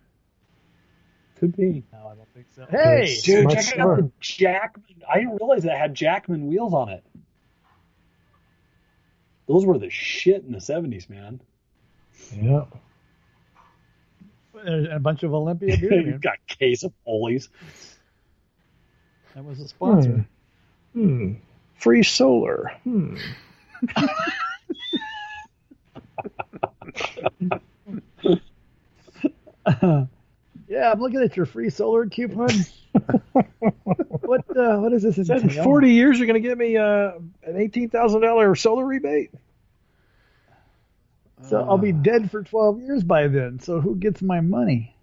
Could be.
No, I don't think so. Hey,
Yes.
Dude,
Much
check it out
fun.
the Jackman. I didn't realize that had Jackman wheels on it. Those were the shit in the seventies, man.
Yeah.
there's a bunch of Olympia beer.
you
man.
got case of Foley's.
That was a sponsor.
Hmm. Hmm.
Free solar.
Hmm.
Yeah, I'm looking at your free solar coupon. what uh, what is this? Is
That in 40 years, you're going to give me uh, an $18,000 solar rebate?
So I'll be
Ah.
Uh,
dead for 12 years by then. So who gets my money?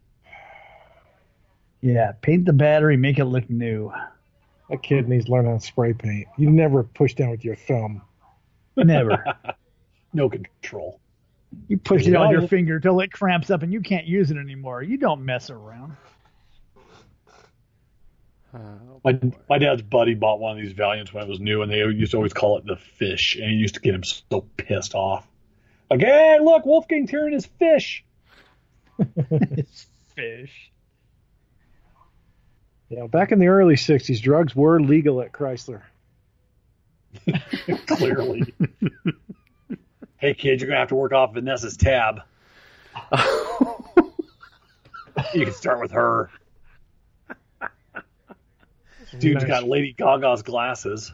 Yeah, paint the battery, make it look new.
That kid needs to learn how to spray paint. You never push down with your thumb.
Never.
No control.
You push it on your
Right.
finger till it cramps up and you can't use it anymore. You don't mess around.
uh,
My my dad's buddy bought one of these Valiants when it was new, and they used to always call it the fish, and he used to get him so pissed off. Like, hey, look, Wolfgang tearing his fish.
it's fish.
You know, back in the early 60s, drugs were legal at Chrysler.
Clearly. hey, kid, you're gonna have to work off Vanessa's tab. you can start with her. Dude's
Nice.
got Lady Gaga's glasses.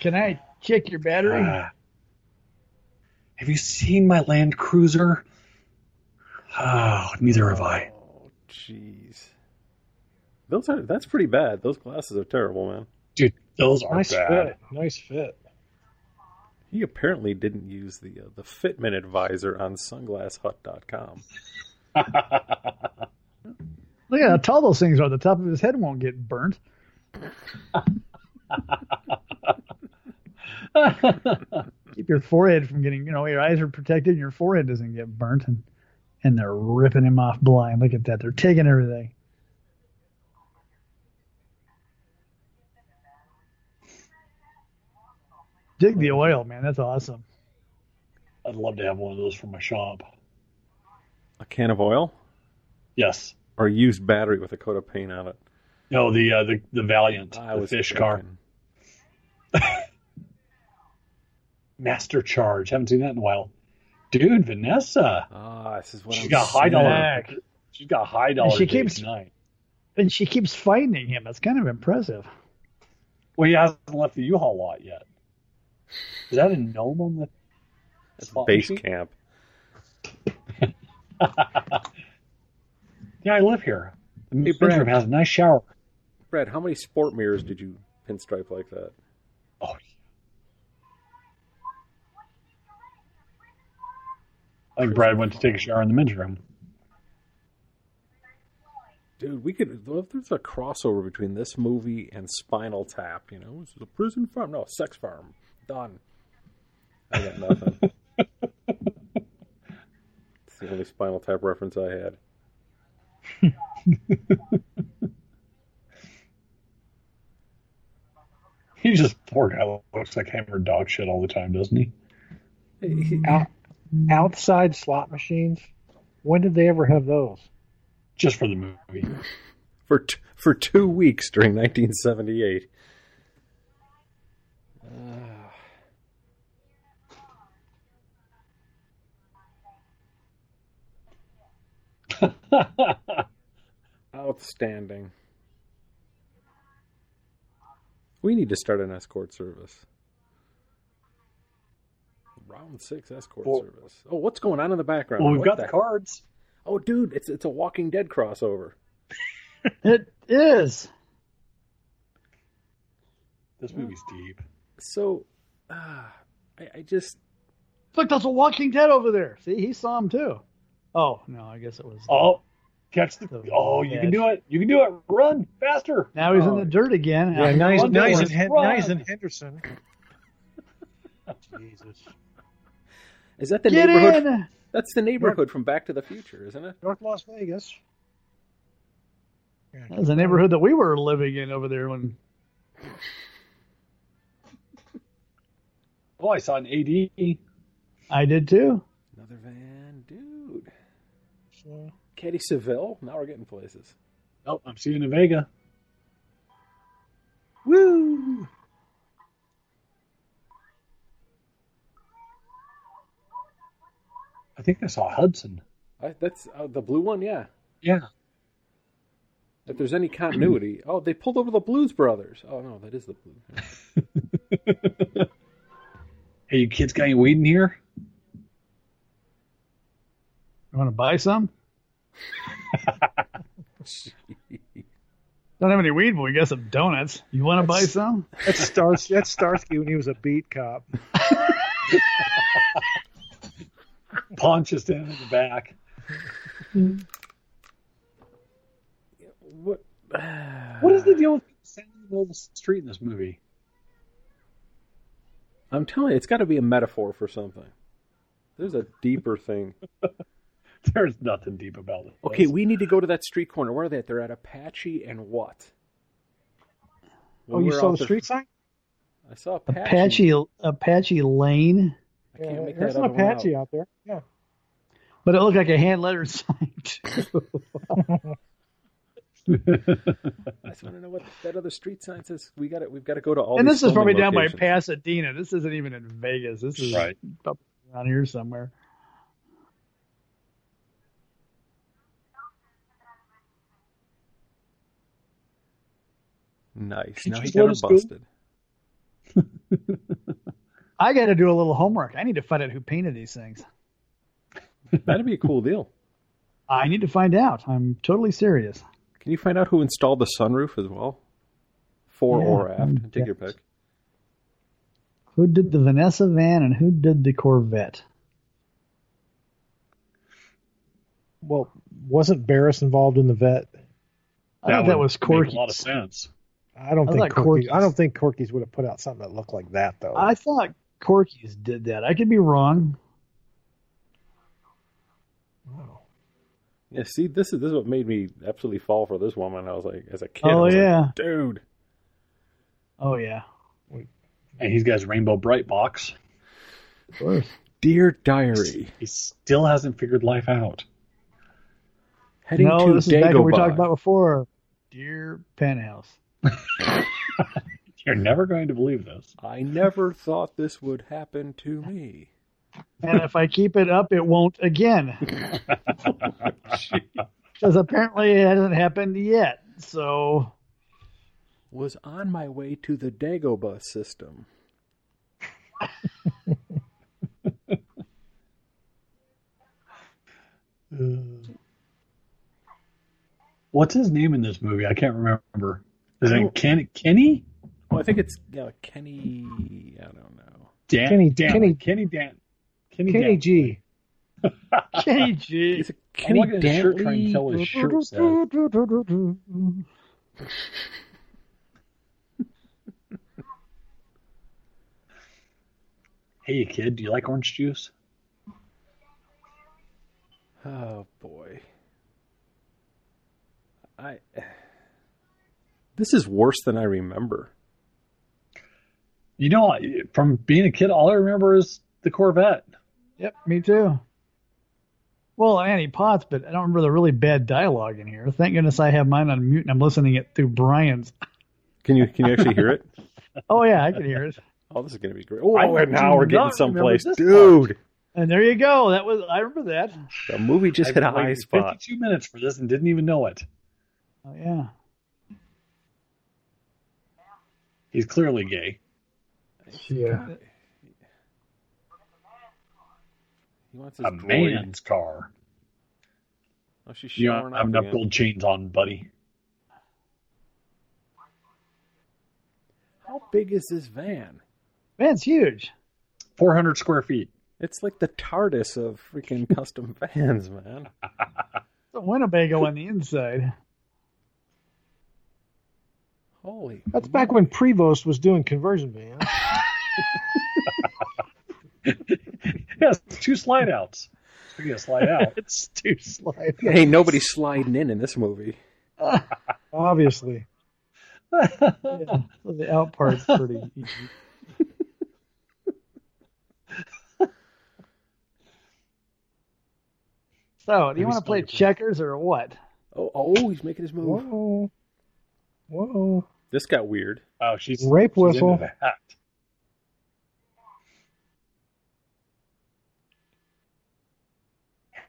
Can I check your battery?
Uh, have you seen my Land Cruiser? Oh, neither have I.
Oh, jeez. Those are that's pretty bad. Those glasses are terrible, man.
Dude, those are
nice
bad.
fit. Nice fit.
He apparently didn't use the uh, the Fitment advisor on SunglassHut.com.
Look at how tall those things are. The top of his head won't get burnt. Keep your forehead from getting, you know, your eyes are protected and your forehead doesn't get burnt. And, and they're ripping him off blind. Look at that. They're taking everything. Dig the oil, man. That's awesome.
I'd love to have one of those for my shop.
A can of oil
Yes.
or a used battery with a coat of paint on it.
No, the uh, the the Valiant,
I
the
was
fish
thinking.
car, Master Charge. Haven't seen that in a while. Dude, Vanessa,
Ah, this is what
she's
I'm
got
saying.
high dollar. She's got high dollar.
she
She keeps
keeps-
tonight.
And she keeps finding him. That's kind of impressive.
Well, he hasn't left the U-Haul lot yet. Is that a gnome on the?
That's
slot
base
machine?
camp.
Yeah, I live here. The
Hey,
men's
Brad.
room has a nice shower.
Brad, how many sport mirrors did you pinstripe like that?
Oh. I think Brad went to take a shower in the men's room.
Dude, we could. What if there's a crossover between this movie and Spinal Tap? You know, this is a prison farm. No, sex farm. Done. I got nothing. it's the only Spinal Tap reference I had.
He just poor guy looks like hammer dog shit all the time, doesn't he?
Outside slot machines. When did they ever have those?
Just for the movie.
For t- for two weeks during 1978. Ah, Outstanding. We need to start an escort service. Round six escort
Well-
service. Oh, what's going on in the background?
well, we've
What
got
the-
the cards.
Oh, dude, it's it's a Walking Dead crossover.
It is.
This movie's deep.
So, uh, I, I just
Look, there's a Walking Dead over there. See, he saw him too. Oh no, I guess it was.
Oh, catch the.
The
Oh, you can
edge.
do it. You can do it. Run faster.
Now he's in
oh.
the dirt again.
Yeah, now he's,
Run,
now he's in,
Doris,
Hen-
run.
now he's in Henderson. Jesus.
is that the
Get
neighborhood?
in.
That's the neighborhood from Back to the Future, isn't it?
North Las Vegas.
That was a neighborhood that we were living in over there when
Oh, I saw an AD.
I did too.
Another Van Dude. Katie Seville. Now we're getting places.
Oh, I'm seeing a Vega.
Woo!
I think I saw a Hudson.
I, that's uh, the blue one, yeah.
Yeah.
If there's any continuity. Oh, they pulled over the Blues Brothers. Oh, no, that is the Blue.
Hey, you kids got any weed in here?
You want to buy some? Don't have any weed, but we got some donuts. You want to buy some?
That's Stars. That's Starsky when he was a beat cop.
Ponch is down in the back.
what?
What
Uh.
is the deal with standing in the middle of the street in this movie?
I'm telling you, it's got to be a metaphor for something. There's a deeper thing.
There's nothing deep about it.
Okay, we need to go to that street corner. Where are they at? They're at Apache and what?
Oh,
When
you
we're
saw
out
the
there-
street sign?
I saw Apache.
Apache Apache Lane,
I can't make
there's
that
an
other one
Apache
out.
out there. Yeah.
but it looked like a hand lettered sign. too.
I just want to know what that other street sign says. We got it. We've got to go to
Oh,
all.
and
these
this is probably
filming
down by
locations.
Pasadena. This isn't even in Vegas. This is
Right.
up around here somewhere.
Nice.
Could
Now
you
he
just let
got her
us go?
busted.
I got to do a little homework. I need to find out who painted these things.
That'd be a cool deal.
I need to find out. I'm totally serious.
Can you find out who installed the sunroof as well? Fore
Yeah,
or aft?
I'm
Take your
guessing.
pick.
Who did the Vanessa van and who did the Corvette?
Well, wasn't Barris involved in the vet?
I thought that
would
was
make
Corky.
A lot of sense.
I don't
I
think
like Corky's.
Corky's, I don't think Corky's would have put out something that looked like that though.
I thought Corky's did that. I could be wrong.
Yeah. See, this is this is what made me absolutely fall for this woman. I was like, as a kid. I
Oh,
was like,
yeah.
dude.
Oh yeah,
And he's got his rainbow bright box.
of course.
Dear diary.
He still hasn't figured life out.
Heading
no,
to
this is back what we
Dagobah.
talked about before. Dear Penthouse.
You're never going to believe this.
I never thought this would happen to me.
And if I keep it up, it won't again, because apparently it hasn't happened yet. So
Was on my way to the Dagobah system.
What's his name in this movie? I can't remember. Is
I don't-
it Ken, Kenny?
Oh, I think it's yeah, Kenny. I don't know.
Dan,
Kenny-
Dan,
Kenny-
Kenny Dan. Kenny,
Kenny
Dan.
G.
Kenny G.
Is it
I'm
Kenny
looking at his shirt
Dantley?
trying to tell what his shirt says. Hey, kid, do you like orange juice?
Oh boy. I This is worse than I remember.
You know, I- from being a kid, all I remember is the Corvette.
Yep, me too. Well, Annie Potts, but I don't remember the really bad dialogue in here. Thank goodness I have mine on mute and I'm listening it through Brian's.
Can you can you actually hear it?
Oh yeah, I can hear it.
Oh, this is gonna be great. Oh,
I
and now we're
do
getting
not remember
someplace,
this
dude.
And there you go. That was I remember that.
The movie just
I've
hit a
been
high
waiting
spot.
52 minutes for this and didn't even know it.
Oh yeah.
He's clearly gay.
Yeah.
He wants his
A
droid.
man's car.
Oh, she's
You
showing
don't have
off
enough
again.
gold chains on, buddy.
How big is this van?
Man's huge.
400 square feet.
It's like the TARDIS of freaking custom vans, man.
It's a Winnebago on the inside.
Holy
That's back when Prevost was doing conversion van.
Yes, two slide outs. Speaking of slide out,
it's too slight.
Hey, nobody's sliding in in this movie.
Obviously.
Yeah. So the out part's pretty easy. So, do
Maybe
you want to
still
play
your plan.
checkers or what?
Oh, oh, he's making his move.
Whoa. Whoa.
This got weird.
Oh, she's
Rape
she's into
whistle.
that.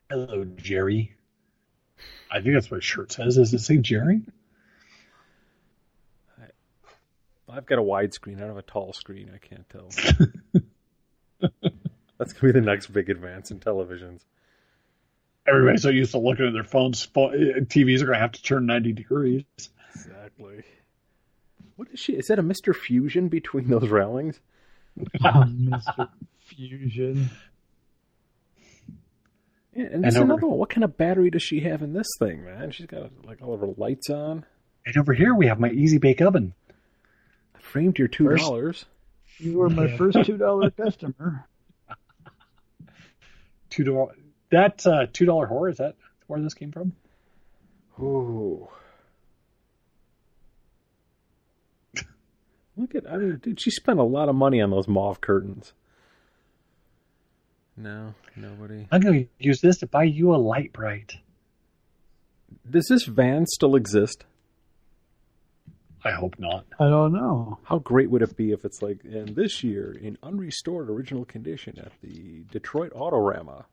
Hello, Jerry. I think that's what his shirt says. Does it say Jerry?
I've got a wide screen. I don't have a tall screen. I can't tell. That's gonna be the next big advance in televisions.
Everybody's so used to looking at their phones. pho- uh, TVs are going to have to turn 90 degrees.
Exactly. What is she? Is that a Mister Fusion between those railings?
Oh, Mr. Fusion.
Yeah, and that's
And over-
another one. What kind of battery does she have in this thing, man? She's got like all of her lights on.
And over here, we have my Easy Bake Oven.
I framed your two
First-
dollars.
You were my first $2 customer.
$2. That uh, $2 horror, is that where this came from?
Ooh. Look at I mean, dude, she spent a lot of money on those mauve curtains. No, nobody.
I'm going to use this to buy you a light bright.
Does this van still exist?
I hope not.
I don't know.
How great would it be if it's like, and this year in unrestored original condition at the Detroit Autorama,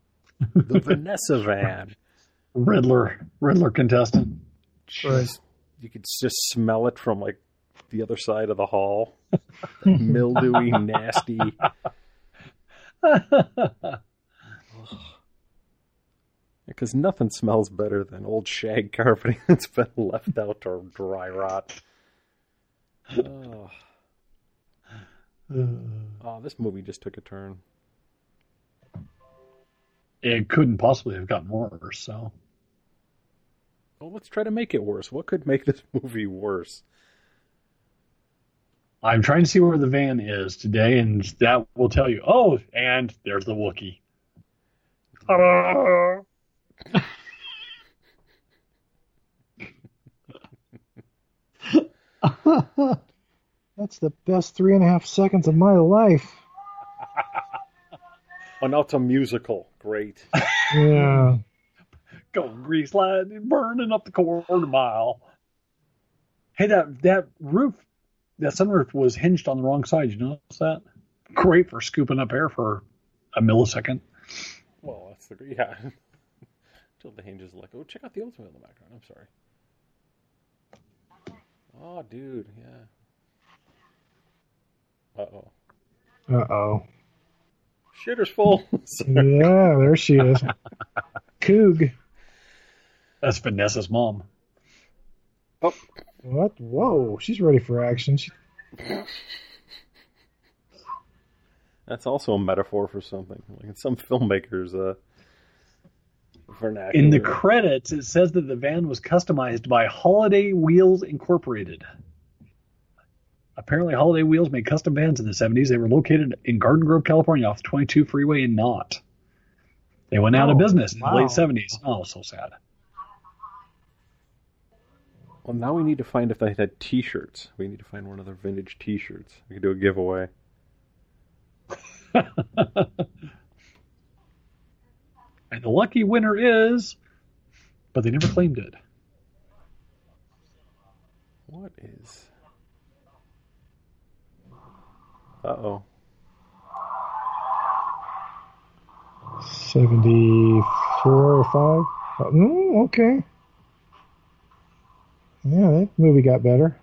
the Vanessa van.
Riddler, Riddler contestant.
Jeez. You could just smell it from like the other side of the hall. Mildewy, nasty. Because nothing smells better than old shag carpeting that's been left out to dry rot. Oh, oh, this movie just took a turn.
it couldn't possibly have gotten worse. So
Well, let's try to make it worse. What could make this movie worse?
I'm trying to see where the van is today, and that will tell you. Oh, and there's the Wookiee. Ta-da!
That's the best three and a half seconds of my life.
Oh, now it's a musical. Great.
Yeah.
Going grease lightning, burning up the quarter mile. Hey, that that roof, that sunroof was hinged on the wrong side. You notice that? Great for scooping up air for a millisecond.
Well, that's the yeah. Till the hinges like, oh, check out the ultimate in the background. I'm sorry. Oh, dude, yeah. Uh oh,
Uh oh.
shitter's full.
Yeah, there she is. Coog.
That's Vanessa's mom.
What? Whoa. She's ready for action. She,
that's also a metaphor for something. Like in some filmmakers, uh, vernacular.
In the credits, it says that the van was customized by Holiday Wheels Incorporated. Apparently, Holiday Wheels made custom vans in the 70s. They were located in Garden Grove, California, off 22 Freeway in Knott. They went out of
Oh,
business in
wow.
the late 70s. Oh, so sad.
well, now we need to find if they had T-shirts. We need to find one of their vintage T-shirts. We could do a giveaway.
And the lucky winner is, but they never claimed it.
What is? Uh oh.
74 or 5? Oh, mm, okay. Yeah, that movie got better.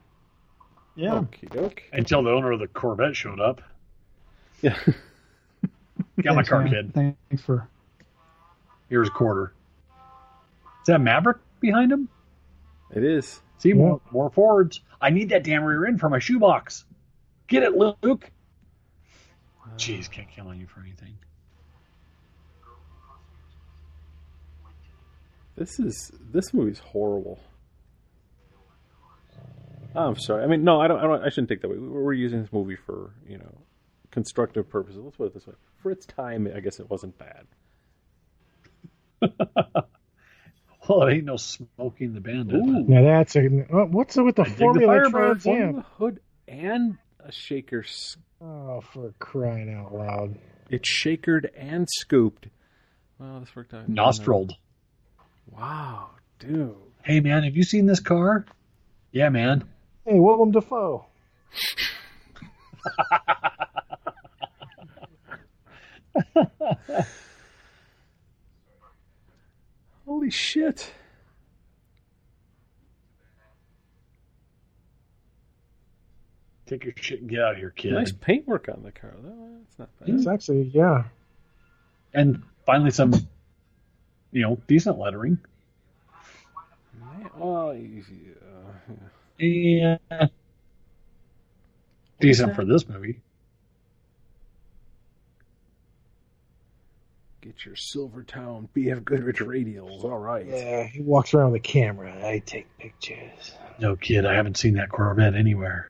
Yeah.
Okie doke.
Until the owner of the Corvette showed up.
Yeah.
Got my
Thanks,
car,
man.
kid.
Thanks for.
Here's a quarter. Is that Maverick behind him?
It is.
See more, more forwards. I need that damn rear end for my shoebox. Get it, Luke. Jeez, can't count on you for anything.
This is this movie's horrible. Oh, I'm sorry. I mean, no, I don't. I, don't, I shouldn't take that way. We- We're using this movie for you know constructive purposes. Let's put it this way: for its time, I guess it wasn't bad.
Well, it ain't no smoking the bandit.
Now that's a. oh, What's with the
dig the
formula
Firebird
Trans
One
Am?
hood and a shaker. s-
Oh, for crying out loud!
It's shakered and scooped. Well, this worked out.
Nostriled.
Wow, dude.
Hey man, have you seen this car? Yeah, man.
Hey, Willem Dafoe.
Holy shit.
Take your shit and get out of here, kid.
Nice paintwork on the car, though. That's not
Hmm?
bad.
It's actually yeah.
And finally, some, you know, decent lettering.
Man, Well, you- you, uh,
Yeah. Decent for this movie.
get your Silvertown BF Goodrich radials. All right.
Yeah, he walks around with a camera. I take pictures.
No kid, I haven't seen that Corvette anywhere.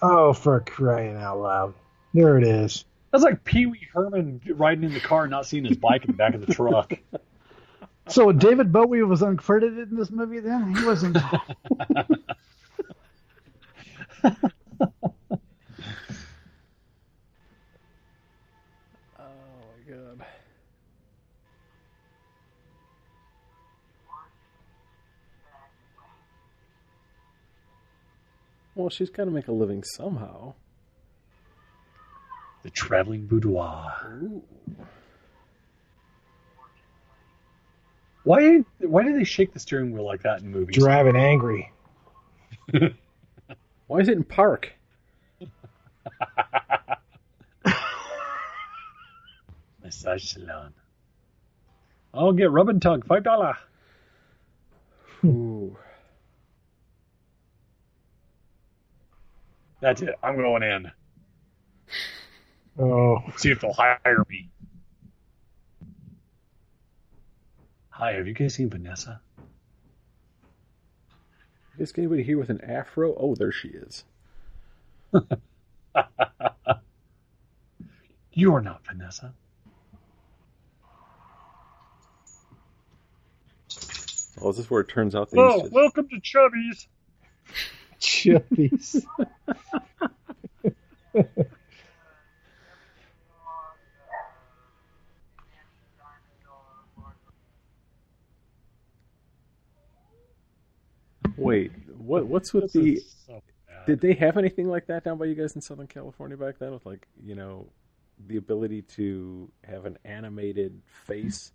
Oh, for crying out loud! There it is.
That's like Pee Wee Herman riding in the car, and not seeing his bike in the back of the truck.
So David Bowie was uncredited in this movie. Then he wasn't.
Oh my god. Well, she's got to make a living somehow.
The traveling boudoir.
Ooh.
Why? Why do they shake the steering wheel like that in movies?
Driving angry.
Why is it in park?
Massage salon. I'll get rub and tug, five dollar.
Ooh.
That's it. I'm going in.
Oh,
See if they'll hire me. Hi, have you guys seen Vanessa?
Is anybody here with an afro? Oh, there she is.
You're not Vanessa.
Oh, is this where it turns out they
Oh,
used to...
welcome to Chubby's.
chippies.
Wait, what? What's with
This
the?
is so bad.
Did they have anything like that down by you guys in Southern California back then? With like, you know, the ability to have an animated face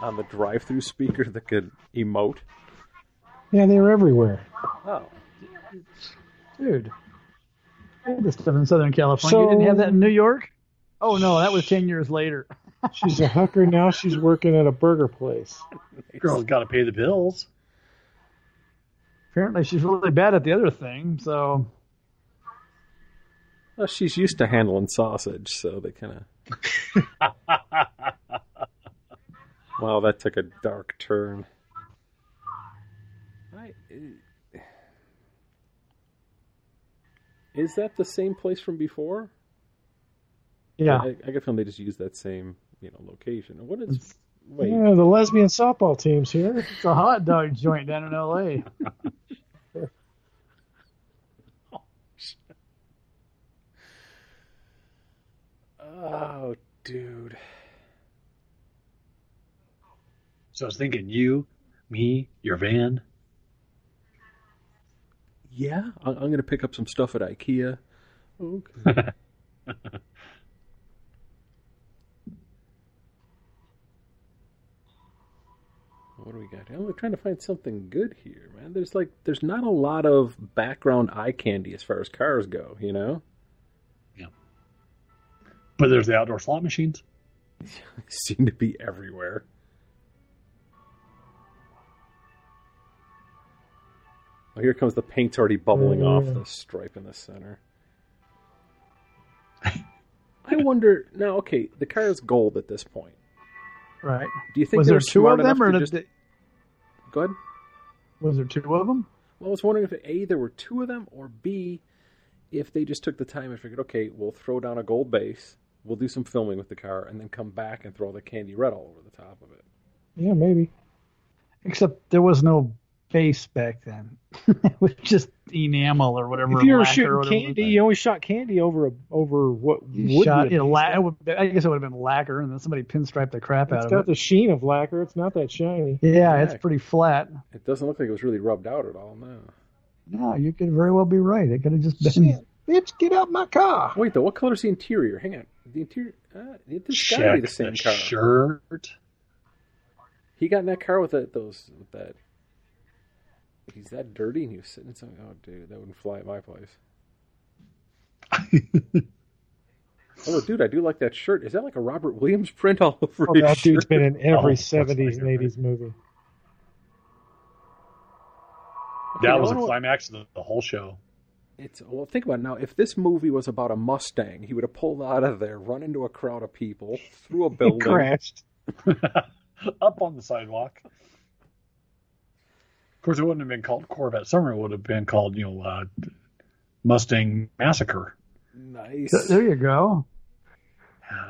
on the drive-through speaker that could emote.
yeah, they were everywhere,
Oh,
dude.
this stuff in Southern California. you didn't have that in New York. Oh no, that was ten years later.
She's a hooker now. She's working at a burger place.
Girl's got to pay the bills.
Apparently, she's really bad at the other thing. So
well, she's used to handling sausage, so they kind of. Wow, that took a dark turn. I, eh, is that the same place from before?
yeah,
I, I get feeling they just use that same you know location. What is? Wait,
Yeah, the lesbian softball team's here.
it's a hot dog joint down in L.A.
oh, dude.
So I was thinking you, me, your van.
Yeah, I- I'm gonna pick up some stuff at IKEA. Okay. what do we got? here? I'm trying to find something good here, man. There's like, there's not a lot of background eye candy as far as cars go, you know.
But there's the outdoor slot machines.
They seem to be everywhere. Oh, here comes the paint's already bubbling off
Mm.
the stripe in the center. I wonder now. Okay, the car is gold at this point.
Right?
Do you think
Was
they
there
were
two of
smart enough
them, or
to
did
just
they-
go ahead?
was there two of them?
Well, I was wondering if a there were two of them, or b if they just took the time and figured, okay, we'll throw down a gold base, we'll do some filming with the car, and then come back and throw the candy red all over the top of it.
Yeah, maybe.
Except there was no face back then. it was just enamel or whatever.
If you were
lacquer or
shooting
whatever it was
candy,
back
you always shot candy over a over what
You
would
shot
be a
it. La- it would, I guess it would have been lacquer, and then somebody pinstriped the crap
It's
out
got
of it.
the sheen of lacquer. It's not that shiny.
yeah, it's pretty flat.
It doesn't look like it was really rubbed out at all. No.
No, you could very well be right. It could have just been.
Bitch, get out my car.
Wait though, what color's the interior? Hang on, the interior. Uh, it- it's got to be
Check
the
the,
same car.
shirt.
He got in that car with that those with that. He's that dirty, and he was sitting in something. Oh, dude, that wouldn't fly at my place. Oh, dude, I do like that shirt. Is that like a Robert Williams print all over
Oh,
his
that dude's
shirt?
been in
Oh,
every
that's
70s and
like it,
80s movie.
You
that was
know
a
what?
climax of the whole show.
It's well, think about it now. If this movie was about a Mustang, he would have pulled out of there, run into a crowd of people, through a building.
Crashed.
Up on the sidewalk. Of course, it wouldn't have been called Corvette Summer. It would have been called, you know, uh, Mustang Massacre.
Nice.
There you go.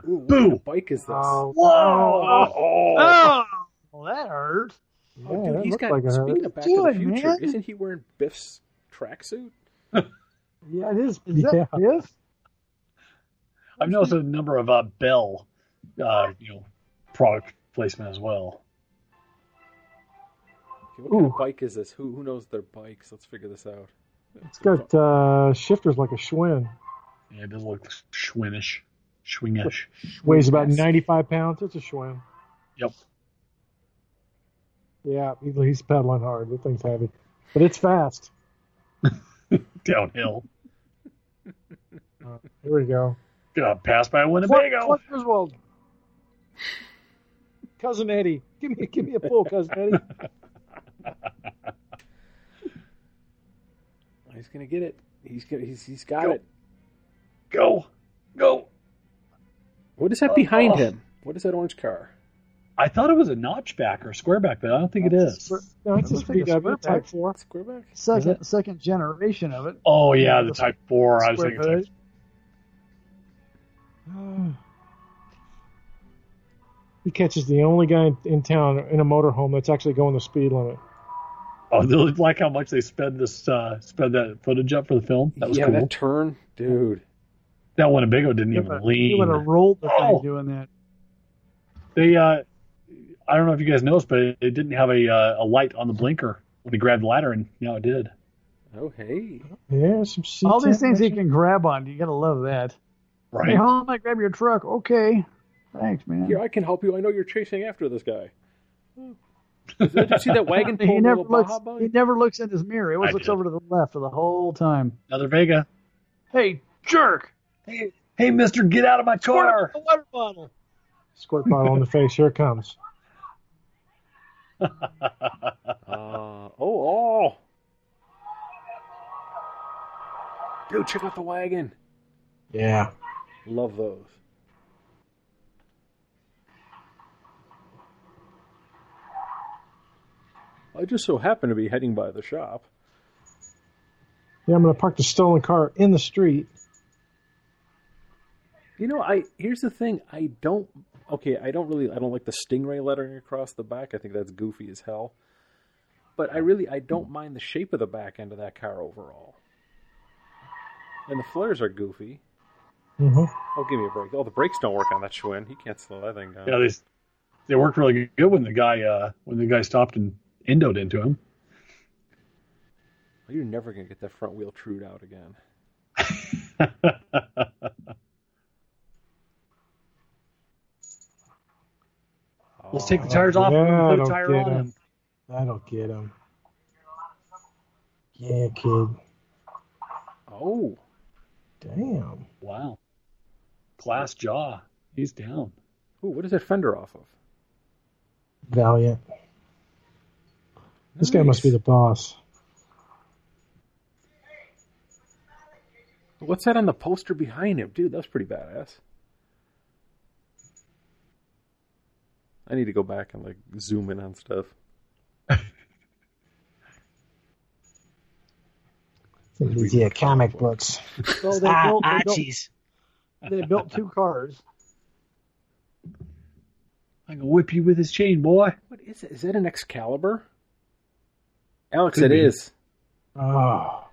Ooh, what
Boo!
kind of bike is this?
Oh,
Whoa! Oh,
Oh, that hurt.
Yeah,
Oh,
that
dude, he's
looked
got.
like a-
speaking of Back to the
doing,
Future,
man?
isn't he wearing Biff's tracksuit?
Yeah, it is. Is
Yeah.
that Biff?
I've noticed a number of uh, Bell, uh, you know, product placement as well.
Okay, what kind
Ooh.
of bike is this? Who who knows their bikes? Let's figure this out.
It's got uh, shifters like a Schwinn.
Yeah, it does look Schwinnish, Schwingish.
Weighs about
Yes.
95 pounds. It's a Schwinn.
Yep.
Yeah, he- he's pedaling hard. That thing's heavy. But it's fast.
Downhill.
Uh, here we go.
Gonna pass by
Clark,
Winnebago.
Clark Griswold. Cousin Eddie. Give me give me a pull, Cousin Eddie.
He's gonna get it. He's gonna, he's he's got
Go.
it.
Go, go.
What is that
Oh.
behind him? What is that orange car?
I thought it was a notchback or a square back, but I don't think it is.
No, it's
That
a
looks like a
VW
square
Type 4.
Squareback.
Second, second generation of it.
Oh yeah, the Type Four. I was
Square
thinking Type.
hood.
He catches the only guy in, in town in a motorhome that's actually going the speed limit.
Oh, they look like how much they sped this uh, sped that footage up for the film. That was
yeah,
cool.
that
That,
turn, dude.
Winnebago didn't
He
even
would've- He would have
lean.
rolled the
Oh.
thing doing that.
They, uh, I don't know if you guys noticed, but it, it didn't have a uh, a light on the blinker when he grabbed the ladder, and now it did.
Oh hey,
Yeah, some seats
All these
in
things
there.
he can grab on. You gotta love that.
Right.
Hey, how am I grab your truck? Okay. Thanks, man.
here I can help you. I know you're chasing after this guy. Oh. Did you see that wagon pull
he
a
never
little
looks.
Baja
He
buggy?
never looks in his mirror. He always
I
looks
did.
over to the left for the whole time.
Another Vega.
Hey, jerk!
Hey, hey, Mister, get out of my car!
The water bottle.
Squirt bottle on the face. Here it comes.
Uh, oh oh. Dude, check out the wagon.
Yeah.
Love those. I just so happen to be heading by the shop.
Yeah, I'm going to park the stolen car in the street.
You know, I here's the thing. I don't. Okay, I don't really. I don't like the stingray lettering across the back. I think that's goofy as hell. But I really, I don't mind the shape of the back end of that car overall. And the flares are goofy.
hmm
Oh, give me a break. Oh, the brakes don't work on that Schwinn. He can't slow that thing down.
Yeah, they they worked really good when the guy uh, when the guy stopped and endowed into him.
You're never gonna get that front wheel trued out again.
Let's
Oh,
take the tires off
Yeah,
and put
don't
a tire
get
on
him.
him.
That'll get him. Yeah, kid.
Oh,
Damn.
Wow. Class jaw. He's down.
Ooh, what is that fender off of?
Valiant. This guy must be
Nice.
the boss.
What's that on the poster behind him, dude? That's pretty badass. I need to go back and like zoom in on stuff.
Yeah, comic books.
Oh,
So they,
Ah,
built, they, built,
Archie's.
they built two cars.
I can whip you with his chain, boy.
What is it? Is that an Excalibur? Alex,
Could
it
be.
is.
Oh,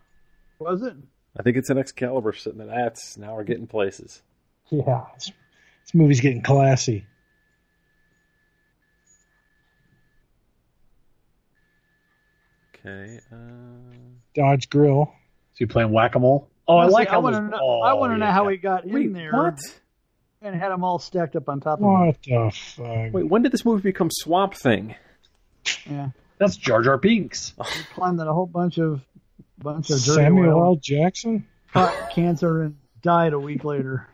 Was it?
I think it's an Excalibur sitting in that's now we're getting places.
yeah. This, this movie's getting classy.
Okay. Uh...
Dodge Grill.
So you playing whack a mole? Oh, I
See,
like
I
how
want
those-
to know,
oh,
I want to know
yeah.
how he got
Wait,
in there
what?
and had them all stacked up on top of him.
What the fuck?
Wait, when did this movie become Swamp Thing?
Yeah,
That's Jar Jar Binks.
he climbed in a whole bunch of bunch of dirty
Samuel L.
oil,
Jackson?
caught cancer, and died a week later.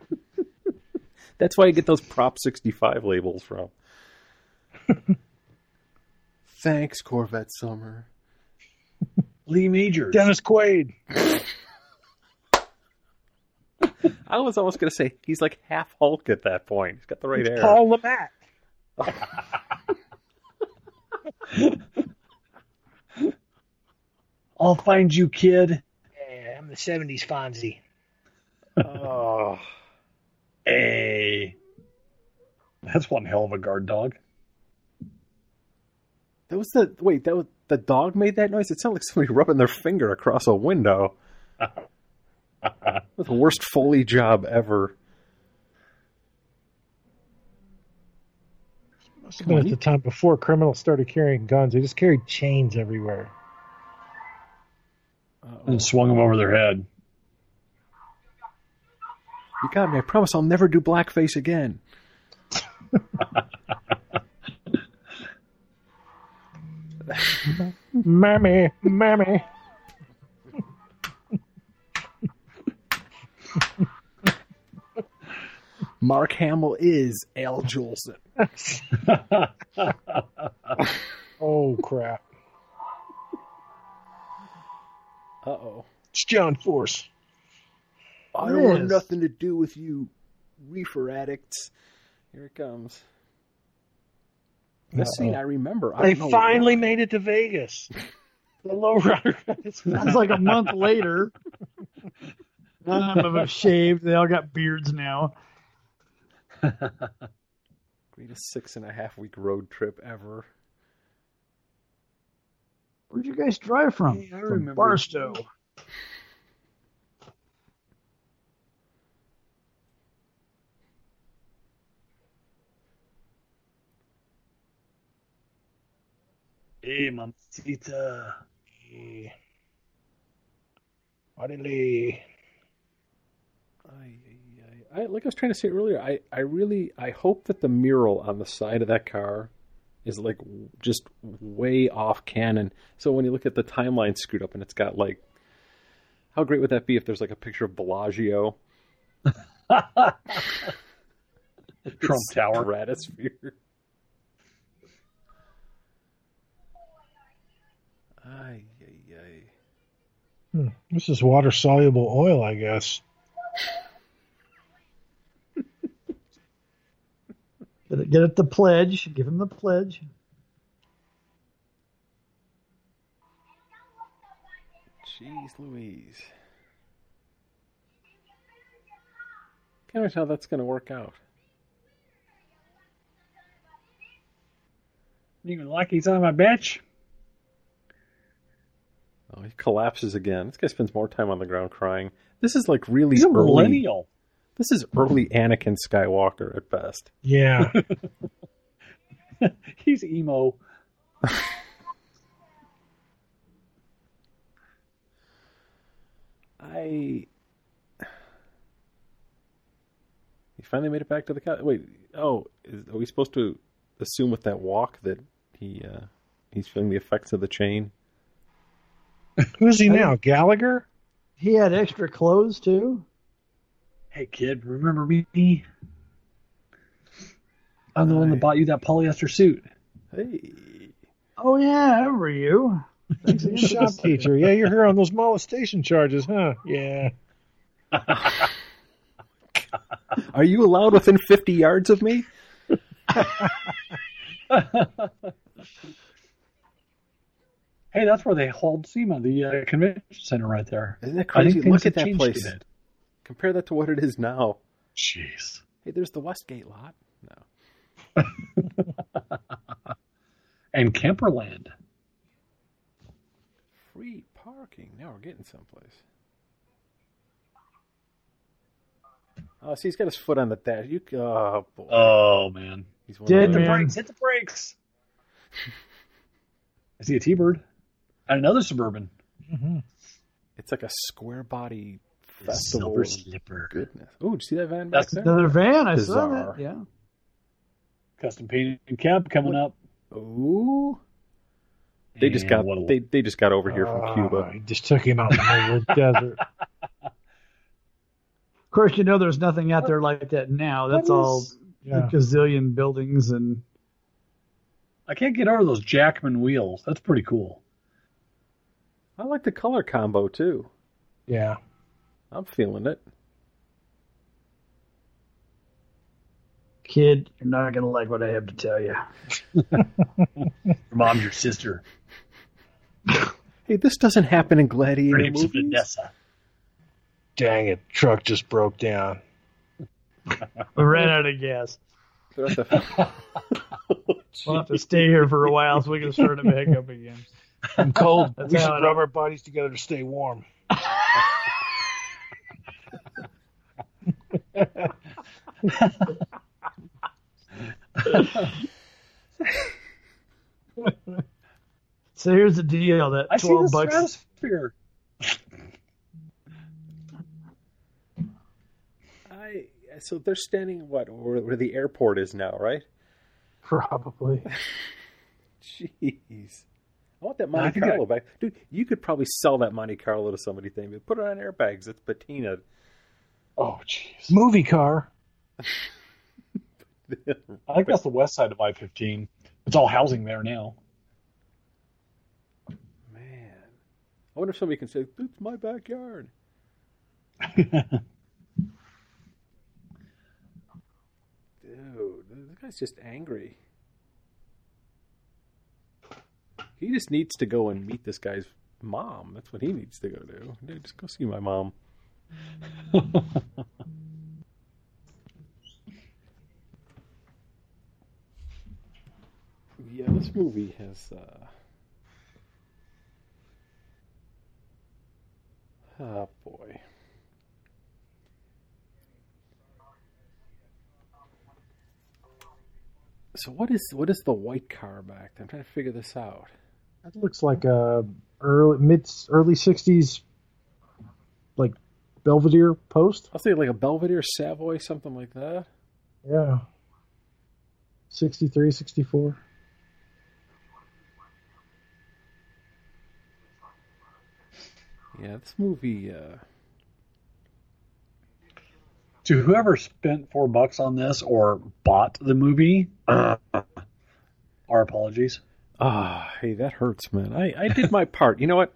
That's why you get those Prop 65 labels from. Thanks, Corvette Summer.
Lee Majors.
Dennis Quaid.
I was almost going to say he's like half Hulk at that point. He's got the right hair.
Paul Lamatt.
I'll find you, kid.
Yeah, I'm the 70s Fonzie.
Oh.
Hey. That's one hell of a guard dog.
That was the wait. That was the dog made that noise. It sounded like somebody rubbing their finger across a window. the worst foley job ever.
Must have been at the time before criminals started carrying guns. They just carried chains everywhere.
And swung him over their head.
You got me. I promise I'll never do blackface again.
Mammy, mammy.
Mark Hamill is Al Jolson.
Oh, crap.
Uh oh.
It's John Force.
I
It
don't want
is.
nothing to do with you, reefer addicts. Here it comes. This scene I remember. I
They
don't know
finally made it to Vegas. The lowrider.
That's like a month later. None of them have shaved. They all got beards now.
why. Greatest six and a half week road trip ever.
Where'd you guys drive from?
Hey, I
from
remember.
Barstow.
Hey, mamacita.
Orderly.
I, I, I, like I was trying to say earlier, I, I really I hope that the mural on the side of that car is like w- just way off canon. So when you look at the timeline screwed up and it's got like how great would that be if there's like a picture of Bellagio
Trump Tower.
stratosphere? Ay, ay, ay.
Hmm. This is water soluble oil, I guess.
Get it, get it the pledge. Give him the pledge.
Jeez Louise. Can't imagine how that's going to work out.
You even like he's on my bench?
Oh, he collapses again. This guy spends more time on the ground crying. This is like really
He's a
early.
millennial.
This is early Anakin Skywalker at best.
Yeah.
He's emo.
I. He finally made it back to the couch. Wait, oh, is, are we supposed to assume with that walk that he uh, he's feeling the effects of the chain?
Who's he now? Gallagher?
He had extra clothes too.
Hey, kid, remember me? I'm the one
Aye.
that bought you that polyester suit.
Hey,
Oh yeah, I remember you. Thanks again
You're
for
a shop
this.
teacher. Yeah, you're here on those molestation charges, huh? Yeah.
are you allowed within fifty yards of me?
Hey, that's where they hold SEMA, the uh, convention center right there.
Isn't that
I think
crazy?
things
Look
have
at that
changed
place.
a bit.
Compare that to what it is now.
Jeez.
Hey, there's the Westgate lot. No.
And Camperland.
working. Now we're getting someplace. Oh, see, he's got his foot on the dash. You, oh boy,
Oh man.
he's one
Dead
Hit
of
the
those-
man.
brakes! Hit the brakes! I see a T-bird and another suburban.
It's like a square body
The
festival.
Silver
of
slipper.
Goodness. Oh, did you see that van back
That's
there?
Another van. I saw
Bizarre.
that. Yeah.
Custom painted cab coming up.
Ooh, they just
And
got
what a-
they they just got over here from Cuba.
Oh, I just took him out in the middle of the desert. Of
course, you know there's nothing out there like that now. That's all
Yeah.
a gazillion buildings and
I can't get over those Jackman wheels. That's pretty cool.
I like the color combo too.
Yeah.
I'm feeling it.
kid. You're not gonna like what I have to tell you.
Your mom's your sister.
Hey, this doesn't happen in
Her
Gladiator
name's
movies.
Vanessa.
Dang it, truck just broke down.
We ran out of gas.
They're at the-
We'll have to stay here for a while so we can start it back up again.
I'm cold.
That's
we
how
should
I
rub
know.
our bodies together to stay warm.
So here's the deal: that
I see the
twelve bucks.
stratosphere.
I so they're standing what where, where the airport is now, right?
Probably.
Jeez, I want that
I
Monte
think
Carlo back, dude. You could probably sell that Monte Carlo to somebody. Thing, but put it on airbags. It's patina.
Oh, jeez.
Movie car.
I think that's the west side of I-15. It's all housing there now.
Man, I wonder if somebody can say it's my backyard. Dude, this guy's just angry. He just needs to go and meet this guy's mom. That's what he needs to go do. Dude, just go see my mom. yeah, this movie has. Uh... Oh boy. So what is what is the white car back? there? I'm trying to figure this out.
That looks like a early mid early sixties, like Belvedere post.
I'll say like a Belvedere Savoy, something like that.
Yeah. 63, 64.
Yeah, this movie. Uh,
To whoever spent four bucks on this or bought the movie, uh, our apologies.
Ah, hey, that hurts, man. I, I did my part. You know what?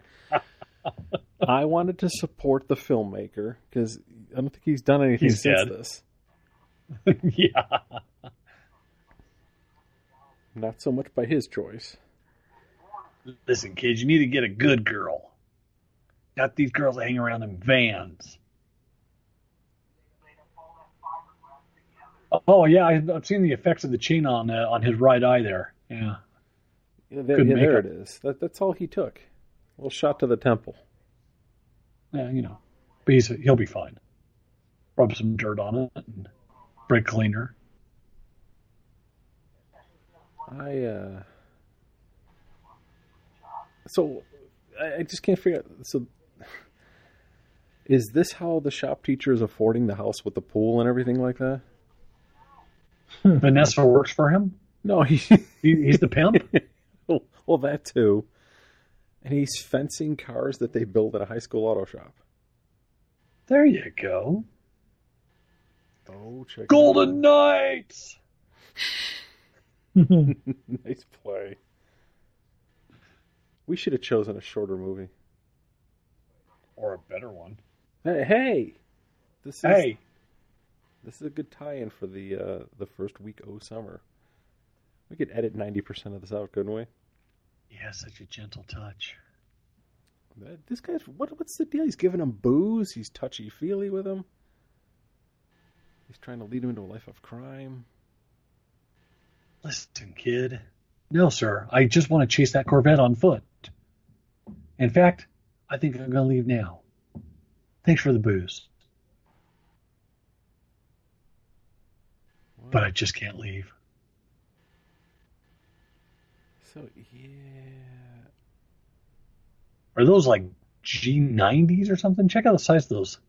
I wanted to support the filmmaker because I don't think he's done anything
He's
since
dead.
this.
yeah.
Not so much by his choice.
Listen, kids, you need to get a good girl. Not these girls that hang around in vans. Oh yeah, I- I've seen the effects of the chain on uh, on his right eye there. Yeah,
Yeah, there,
Good
yeah, there it
makeup.
is. That, that's all he took. little shot to the temple.
yeah, you know, but he's he'll be fine. Rub some dirt on it and brake cleaner.
I uh so I, I just can't figure out so is this how the shop teacher is affording the house with the pool and everything like that?
Vanessa works for him.
No, he
He, he's the pimp.
well that too. And he's fencing cars that they build at a high school auto shop.
There you go.
Oh, check
Golden Knights.
nice play. We should have chosen a shorter movie.
Or a better one.
Hey, hey. This is
Hey,
This is a good tie-in for the uh, the first week o summer. We could edit ninety percent of this out, couldn't we?
he has such a gentle touch.
That- Uh, This guy's what? What's the deal? He's giving him booze. He's touchy feely with him. He's trying to lead him into a life of crime.
Listen, kid. No, sir. I just want to chase that Corvette on foot. In fact, I think I'm gonna leave now. Thanks for the booze, but I just can't leave.
So yeah.
Are those like G90s or something? Check out the size of those.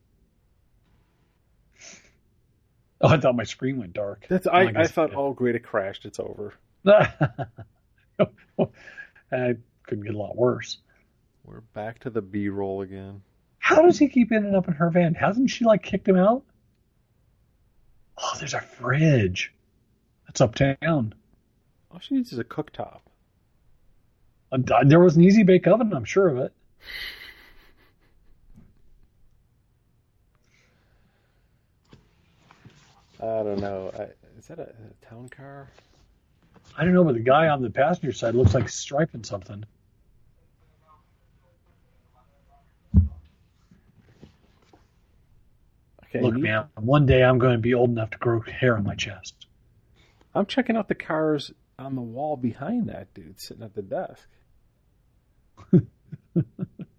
Oh, I thought my screen went dark.
That's
Oh,
I, I
guess it
thought
did.
all great it crashed, it's over.
I couldn't get a lot worse.
We're back to the B roll again.
How does he keep ending up in her van? Hasn't she like kicked him out? Oh, there's a fridge. That's uptown.
All she needs is a cooktop.
Uh, There was an easy bake oven, I'm sure of it.
I don't know. I, is that a, a town car?
I don't know, but the guy on the passenger side looks like he's striping something.
Okay,
Look,
you-
man, one day I'm going to be old enough to grow hair on my chest.
I'm checking out the cars on the wall behind that dude sitting at the desk.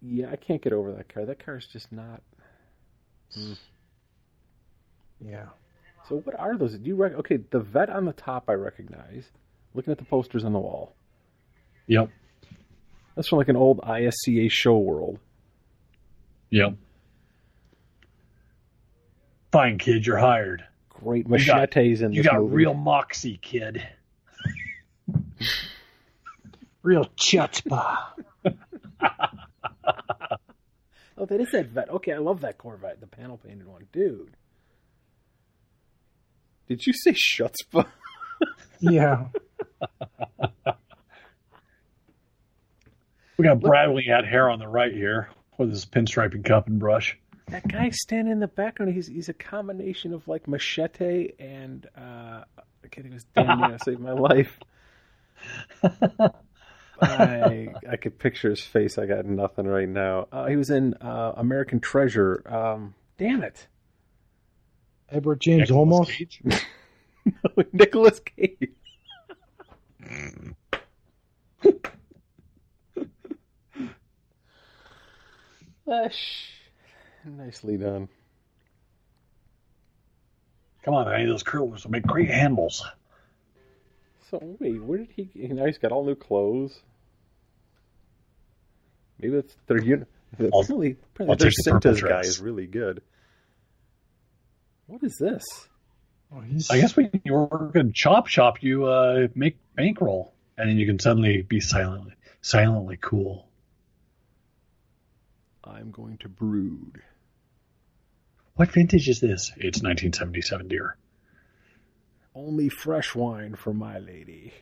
yeah, I can't get over that car. That car is just not. mm.
Yeah.
So what are those? Do you rec- okay? The vet on the top I recognize. Looking at the posters on the wall.
Yep.
That's from like an old ISCA show world.
Yep. Fine, kid, you're hired.
Great
got-
machetes in this
You got
movie.
real moxie, kid.
Real chutzpah.
Oh, that is that vet. Okay, I love that Corvette, the panel painted one, dude. Did you say Schutzpa?
Yeah.
We got Bradley had hair on the right here with his pinstriping cup and brush.
That guy standing in the background, he's he's a combination of like machete and uh I can't think of his damn name, I saved my life. I I could picture his face, I got nothing right now. Uh, he was in uh American Treasure. Um damn it.
Edward James
Nicolas
almost.
Cage.
Nicholas Cage. Ah, sh- Nicely done.
Come on, any of those curlers will make great handles.
So wait, where did he? Now he's got all new clothes. Maybe that's their uni. Apparently, apparently
I'll
their
take the purple
Cintas guy
dress.
is really good. What is this?
Oh, he's-
I guess when you work in Chop Shop, you uh, make bankroll, and then you can suddenly be silently, silently cool.
I'm going to brood.
What vintage is this? It's 1977, dear.
Only fresh wine for my lady.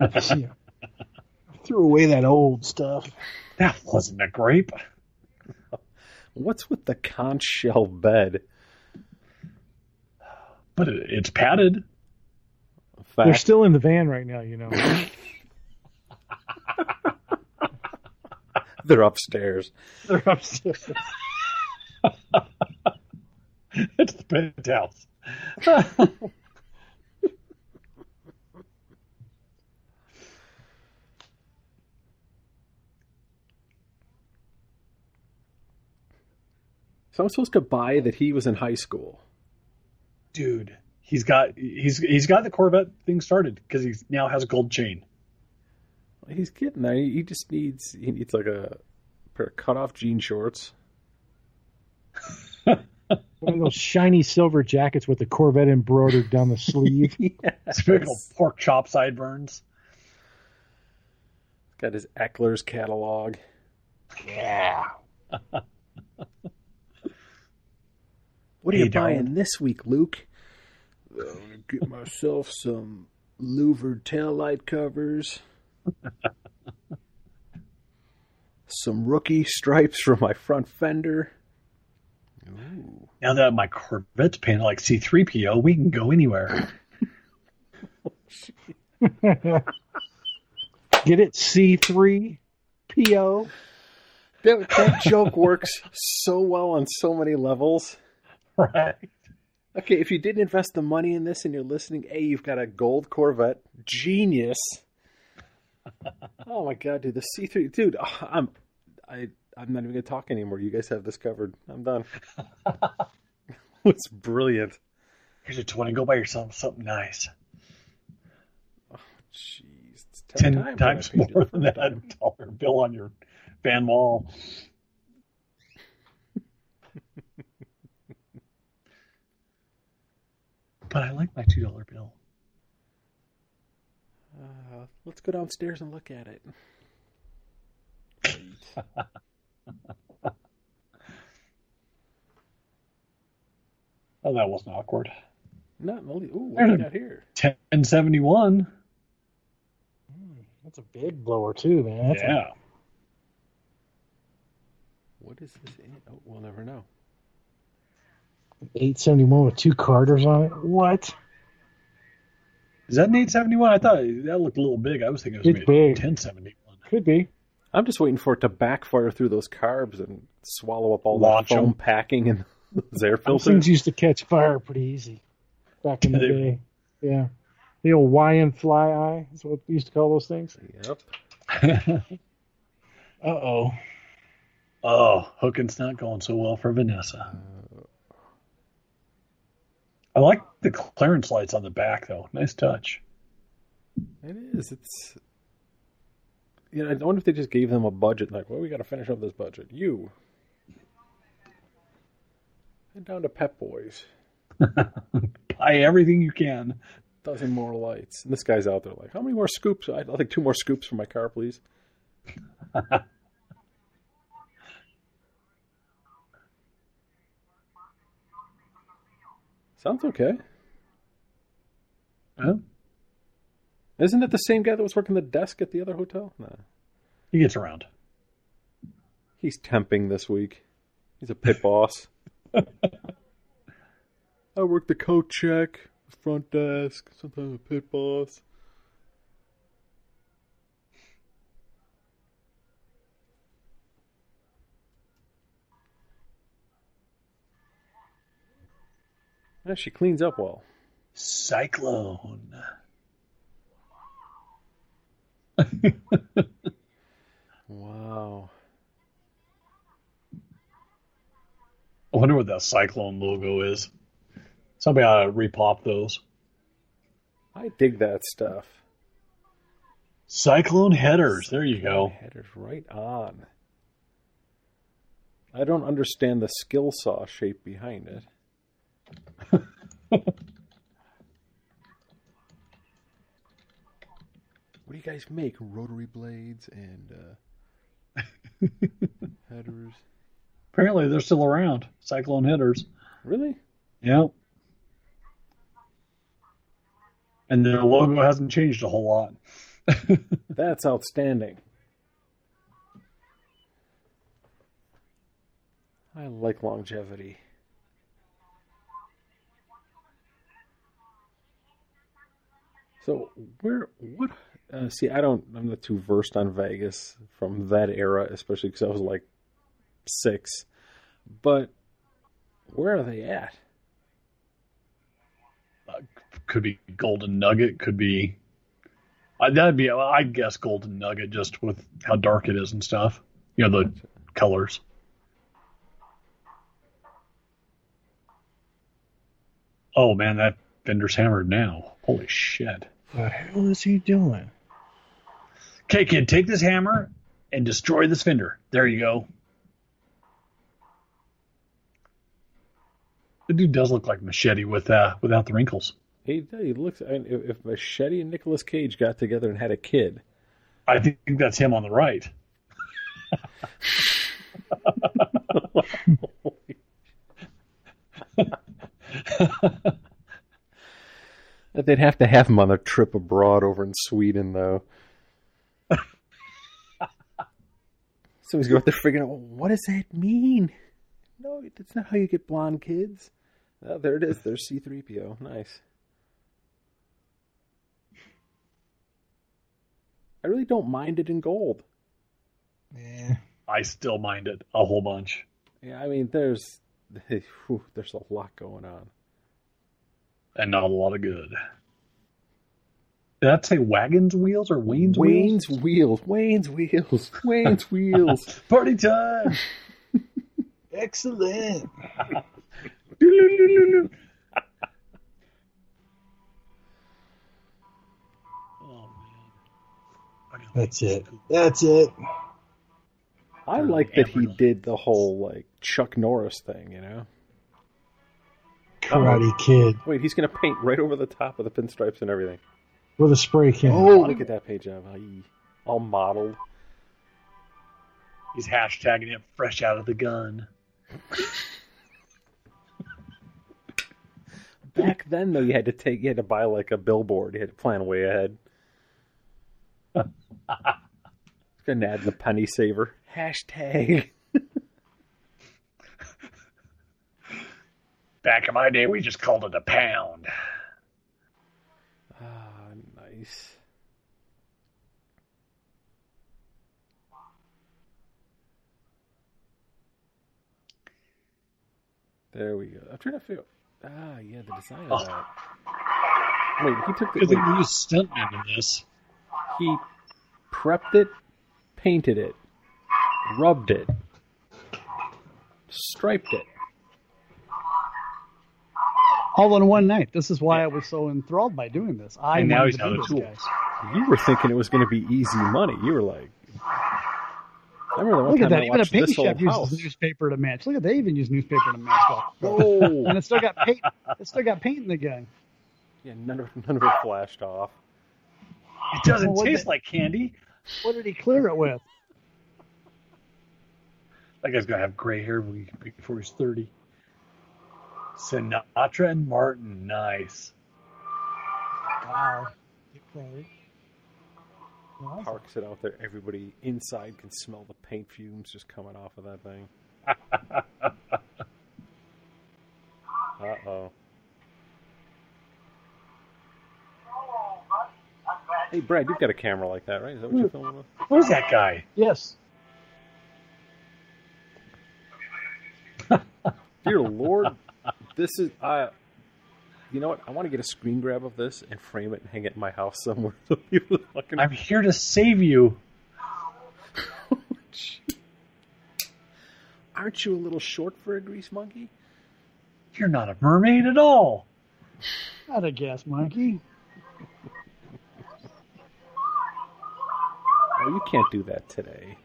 yeah. I threw away that old stuff.
That wasn't a grape.
What's with the conch shell bed?
But it, it's padded.
Fact.
They're still in the van right now, you know.
They're upstairs.
They're upstairs.
It's the penthouse.
So I'm supposed to buy that he was in high school.
Dude, he's got he's he's got the Corvette thing started because he now has a gold chain.
He's getting there. He he just needs he needs like a pair of cutoff jean shorts.
One of those shiny silver jackets with the Corvette embroidered down the sleeve.
Typical pork chop sideburns.
Got his Eckler's catalog.
Yeah.
What are you
Hey, darling.
buying this week, Luke? I'm gonna get myself some louvered taillight covers. some rookie stripes for my front fender. Ooh.
Now that my Corvette's painted like C3PO, we can go anywhere.
Get it? C3 PO.
That, that joke works so well on so many levels.
right?
Okay, if you didn't invest the money in this and you're listening, A, you've got a gold Corvette. Genius. oh my god, dude, the C three dude, oh, I'm I I'm not even gonna talk anymore. You guys have this covered. I'm done. it's brilliant.
Here's a twenty. Go buy yourself something nice.
Jeez. it's
Ten
on
times
that page
more
the
than
first
that
time.
dollar bill on your van wall. but I like my two dollar bill.
Uh, let's go downstairs and look at it. Right.
Oh, that wasn't awkward.
Not only. Ooh, what do we got here?
Ten seventy one.
That's a big blower too, man. That's
Yeah.
What is this? In? Oh, we'll never know.
an 871 with two Carters on it. What?
Is that an eight seventy one? I thought that looked a little big. I was thinking it was
It's
maybe
big.
ten seventy one.
Could be.
I'm just waiting for it to backfire through those carbs and swallow up all
Launch
the foam
'em.
packing and those air
Those
filters.
things used to catch fire pretty easy back in the
They-
day. Yeah.
The old YN fly eye is what we used to call those things.
Yep.
uh oh. Oh, hooking's not going so well for Vanessa. I like the clearance lights on the back, though. Nice touch.
It is. It's. You know, I wonder if they just gave them a budget. Like, well, we got to finish up this budget. You. And down to Pep Boys.
Buy everything you can.
Dozen more lights. And this guy's out there like, how many more scoops? I'd like two more scoops for my car, please. Sounds okay.
Huh?
Isn't it the same guy that was working the desk at the other hotel? No.
He gets around.
He's temping this week. He's a pit boss. I work the coat check, front desk, sometimes a pit boss. Yeah, she cleans up well.
Cyclone.
Wow.
I wonder what that Cyclone logo is. Somebody ought to repop those.
I dig that stuff.
Cyclone headers. There you
Cyclone
go.
Headers right on. I don't understand the skill saw shape behind it. what do you guys make? Rotary blades and uh, headers?
Apparently, they're still around. Cyclone headers.
Really?
Yep. And their logo hasn't changed a whole lot.
That's outstanding. I like longevity. So where what? Uh, see, I don't. I'm not too versed on Vegas from that era, especially because I was like six. But where are they at?
Could be Golden Nugget. Could be. I that'd be. I guess Golden Nugget just with how dark it is and stuff. You know the colors. Oh man, that vendor's hammered now. Holy shit!
The hell is he doing?
Okay, kid, take this hammer and destroy this fender. There you go. The dude does look like Machete with uh, without the wrinkles.
He, he looks. I mean, if if Machete and Nicolas Cage got together and had a kid,
I think that's him on the right.
That They'd have to have him on a trip abroad over in Sweden, though. Somebody's going to figuring out what does that mean? No, that's not how you get blonde kids. Oh, there it is. There's C3PO. Nice. I really don't mind it in gold.
Yeah.
I still mind it a whole bunch.
Yeah, I mean, there's whew, there's a lot going on.
and not a lot of good. Did that say wagons wheels or Wayne's
Wayne's
wheels?
wheels. Wayne's wheels. Wayne's wheels.
Party time!
Excellent.
oh man,
That's it. That's it.
I like that he did the whole like Chuck Norris thing, you know.
Karate Kid.
Wait, he's gonna paint right over the top of the pinstripes and everything.
with a spray can.
Oh, look at that page up. Aye. All modeled.
He's hashtagging it fresh out of the gun.
Back then, though, you had to take, you had to buy like a billboard. You had to plan way ahead. Gonna add the penny saver hashtag.
Back in my day, we just called it a pound.
Ah, nice. There we go. I'm trying to figure. Ah, yeah, the design of
Oh.
that. Wait, he took the.
Because they
Wait,
used stuntmen in this.
he prepped it, painted it, rubbed it, striped it.
all in one night. This is why I was so enthralled by doing this. I
And now
wanted
he's
to be
another
this
tool.
guy.
You were thinking it was going to be easy money. You were like, I remember the one
Look at
time
that.
I
Even a
watched
paint
this
shop
old
uses
house.
newspaper to match. Look at they even use newspaper to match. that.
Oh,
And it's still got paint. It's still got paint in the gun.
yeah, none of none of it flashed off.
Oh,
It doesn't
Well, what
taste
the-
like candy.
What did he clear it with?
That guy's gonna have gray hair when he- before he's thirty. Sinatra and Martin, nice.
Wow. Okay. Well,
Parks it out there. Everybody inside can smell the paint fumes just coming off of that thing. uh oh. Hey Brad, you've got a camera like that, right? Is that what you're filming with?
Who's that guy?
yes.
Dear Lord, this is I. You know what? I want to get a screen grab of this and frame it and hang it in my house somewhere so people fucking.
I'm here to save you.
Aren't you a little short for a grease monkey?
You're not a mermaid at all.
Not a gas monkey.
Oh, you can't do that today.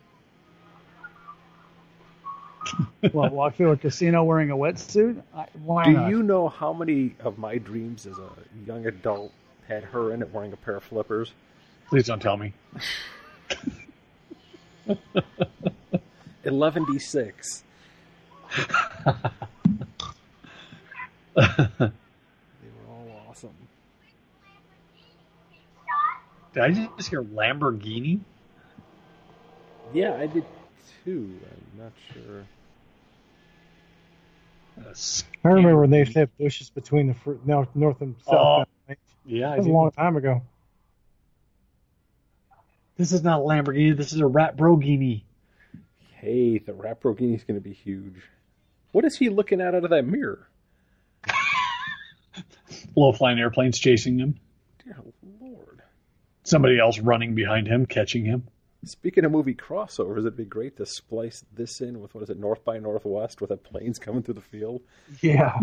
What, walk through a casino wearing a wetsuit? I, why
Do
not?
you know how many of my dreams as a young adult had her in it wearing a pair of flippers?
Please don't tell me.
11d6. They were all awesome.
Did I just hear Lamborghini?
Yeah, I did too. I'm not sure.
Uh, s-
I remember when they used to have bushes between the fr- no- north and
Oh,
south.
yeah, I
that was a
do.
long time ago.
This is not a Lamborghini. This is a Rat Brogini.
Hey, the Raprogini's going to be huge. What is he looking at out of that mirror?
Low flying airplanes chasing him.
Dear Lord.
Somebody else running behind him, catching him.
Speaking of movie crossovers, it'd be great to splice this in with what is it, North by Northwest, with the planes coming through the field.
Yeah.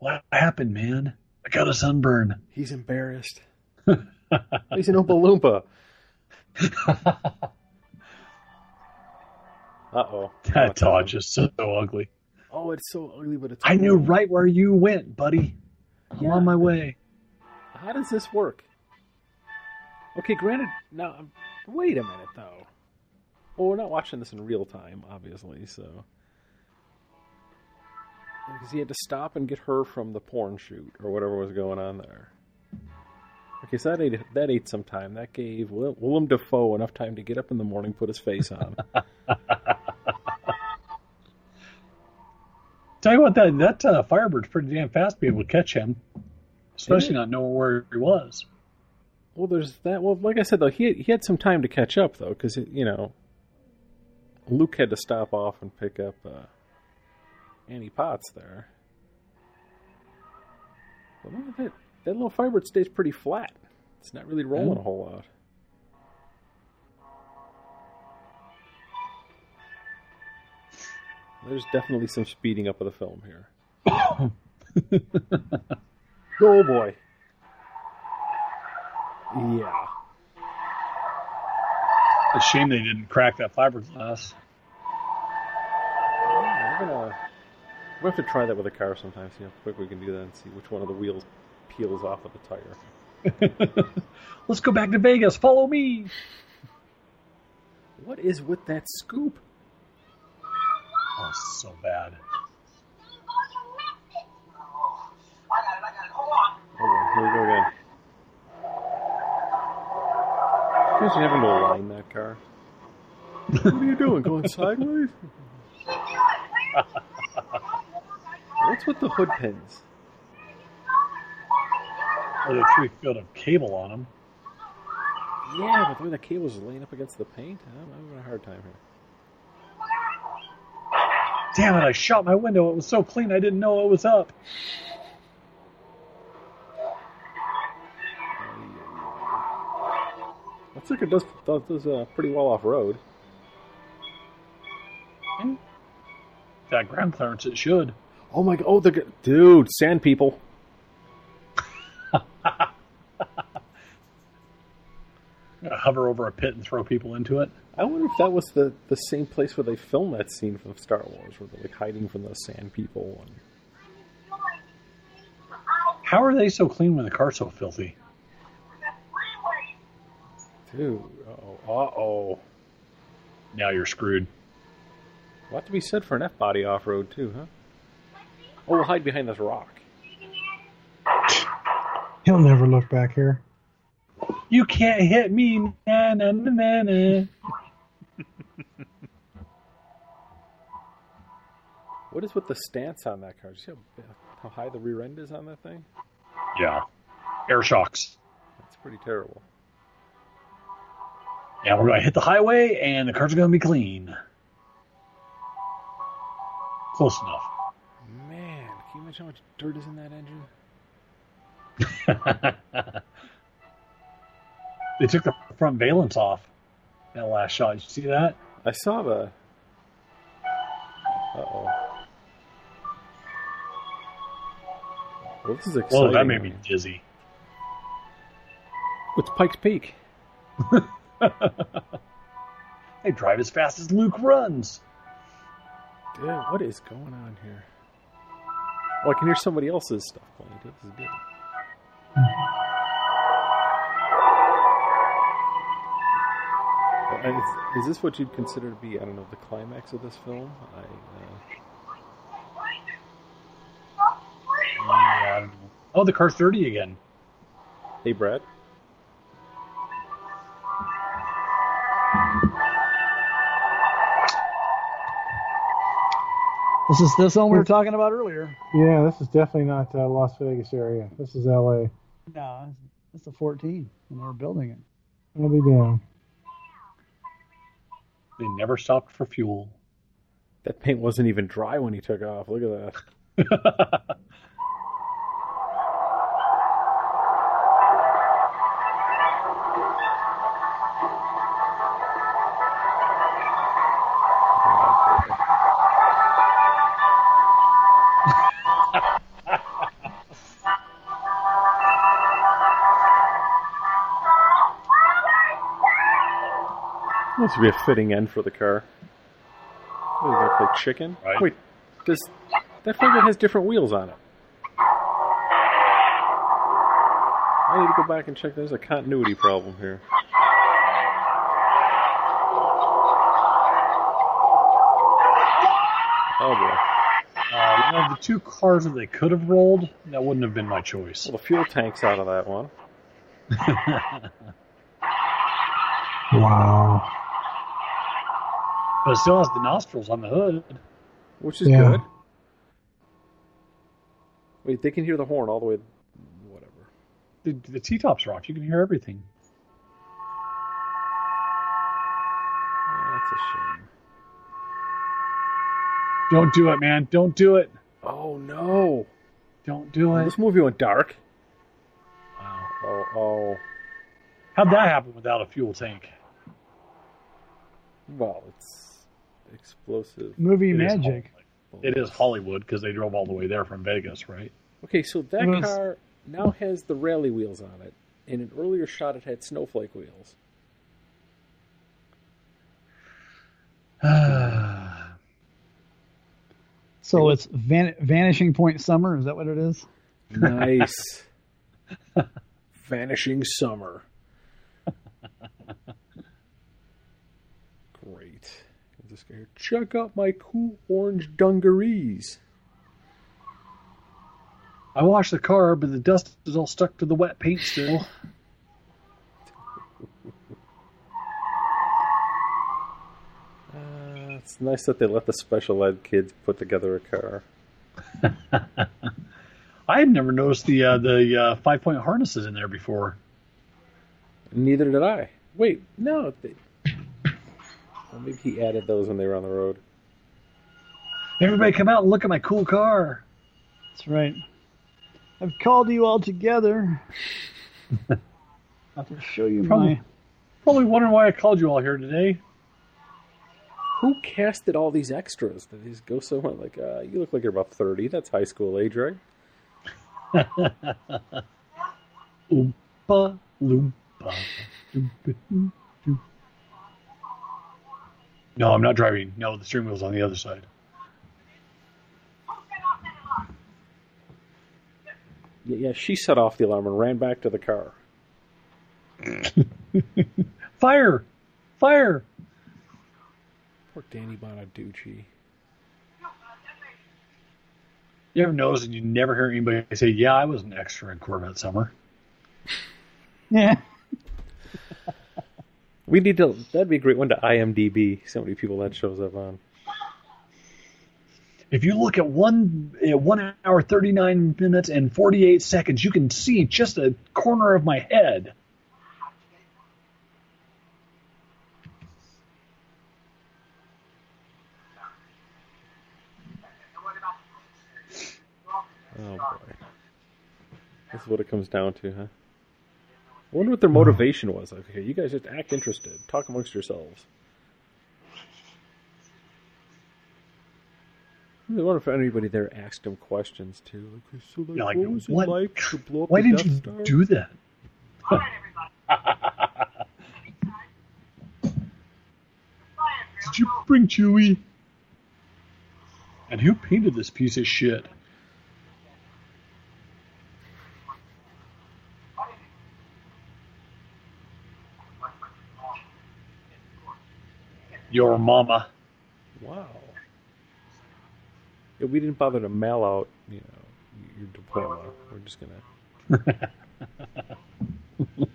What happened, man? I got a sunburn.
He's embarrassed. He's an Oompa Loompa. Uh oh.
That Dodge is so ugly.
Oh, it's so ugly, but it's.
I
cool.
knew right where you went, buddy. I'm
Yeah.
on my way.
How does this work? Okay, granted. Now, um, wait a minute, though. Well, we're not watching this in real time, obviously, so. Because he had to stop and get her from the porn shoot or whatever was going on there. Okay, so that ate, that ate some time. That gave Will, Willem Dafoe enough time to get up in the morning, put his face on.
Tell you what, that that uh, Firebird's pretty damn fast to be able to catch him, especially
Is it?
not knowing where he was.
Well, there's that. Well, like I said, though, he had, he had some time to catch up, though, because, you know, Luke had to stop off and pick up uh, Annie Potts there. But look at that, that little fiber it stays pretty flat. It's not really rolling a whole lot. There's definitely some speeding up of the film here. oh boy. Yeah.
It's a shame they didn't crack that fiberglass.
We're gonna we have to try that with a car sometime. See how quick we can do that and see which one of the wheels peels off of the tire.
Let's go back to Vegas. Follow me.
What is with that scoop?
Oh, it's so bad.
Hold on, here we go again. Can you Imagine having to align that car. what are you doing? Going sideways? What's with the hood pins?
With a three foot of cable on them.
Yeah, but the way the cable's laying up against the paint, I'm I'm having a hard time here.
Damn it! I shot my window. It was so clean. I didn't know it was up.
I think it does, does, does uh, pretty well off road.
That ground clearance. It should.
Oh my god! Oh, the dude, sand people.
Hover over a pit and throw people into it.
I wonder if that was the, the same place where they filmed that scene from Star Wars, where they're like hiding from those sand people. And...
How are they so clean when the car's so filthy?
Dude, uh oh, uh oh.
Now you're screwed.
A lot to be said for an F body off road, too, huh? Oh, we'll hide behind this rock.
He'll never look back here.
You can't hit me, na na na na na.
What is with the stance on that car? Do you see how, how high the rear end is on that thing?
Yeah. Air shocks.
That's pretty terrible.
Yeah, we're going to hit the highway, and the car's going to be clean. Close
Man, can you imagine how much dirt is in that engine?
enough. they took the front valence off that last shot. Did you see that?
I saw the. Uh oh. Well, this is exciting.
Well, that made me dizzy.
It's Pike's Peak.
they drive as fast as Luke runs.
Dude, what is going on here? Oh, I can hear somebody else's stuff playing. too. This is good. And is, is this what you'd consider to be, I don't know, the climax of this film? I, uh,
Yeah, I don't know. Oh, the car's dirty again.
hey, Brad.
This is this one we were talking about earlier.
Yeah, this is definitely not uh, Las Vegas area. This is L.A.
No, it's a 14, and we're building it.
I'll be down.
They never stopped for fuel.
That paint wasn't even dry when he took off. Look at that.
Uh,
This would be a fitting end for the car. What, does that look like chicken?
Right.
Wait, does that figure has different wheels on it? I need to go back and check. There's a continuity problem here. Oh boy.
Uh, you know, the two cars that they could have rolled, that wouldn't have been my choice.
Well, the fuel tank's out of that one.
Wow.
But it still has the nostrils on the hood.
Which is
Yeah.
good. Wait, they can hear the horn all the way. Whatever.
The, the T-tops rock. You can hear everything.
Yeah, that's a shame.
Don't do it, man. Don't do it.
Oh no!
Don't do
Well,
it.
this movie went dark.
Wow.
Oh, oh.
How'd that happen without a fuel tank?
Well, it's explosive.
Movie
It is
magic.
Hollywood. It is Hollywood because they drove all the way there from Vegas, right?
Okay, so that
It was-
car now has the rally wheels on it. In an earlier shot, it had snowflake wheels.
So it's van- Vanishing Point Summer. Is that what it is?
Nice. Vanishing summer. Great. I'll just go here. Check out my cool orange dungarees.
I washed the car, but the dust is all stuck to the wet paint still.
Uh, it's nice that they let the special ed kids put together a car.
I had never noticed the uh, the uh, five point harnesses in there before.
Neither did I. Wait, no. They... Well, maybe he added those when they were on the road.
Everybody, come out and look at my cool car.
That's right. I've called you all together. to show you my.
Probably- Probably wondering why I called you all here today.
Who casted all these extras? Did these go somewhere like, uh, you look like you're about 30. That's high school age, right?
Oompa loompa. doompa doom doom. No, I'm not driving. No, the steering wheel's on the other side.
Yeah, yeah, she set off the alarm and ran back to the car.
Fire! Fire!
Poor Danny Bonaducci.
You ever notice and you never hear anybody say, Yeah, I was an extra in Corvette Summer?
Yeah.
We need to. That'd be a great one to IMDb. So many people that shows up on.
If you look at one at one hour thirty nine minutes and forty eight seconds, you can see just a corner of my head.
Oh boy, that's what it comes down to, huh? I wonder what their motivation was. Like, okay, you guys just act interested, talk amongst yourselves. I really wonder if anybody there asked him questions too. Like, so like,
You're like,
what was
what-
it like to blow up
Why
the
did
Death
you
Star?
do that? did you bring Chewie? And who painted this piece of shit? Your mama.
Wow. Yeah, we didn't bother to mail out, you know, your diploma. We're just gonna.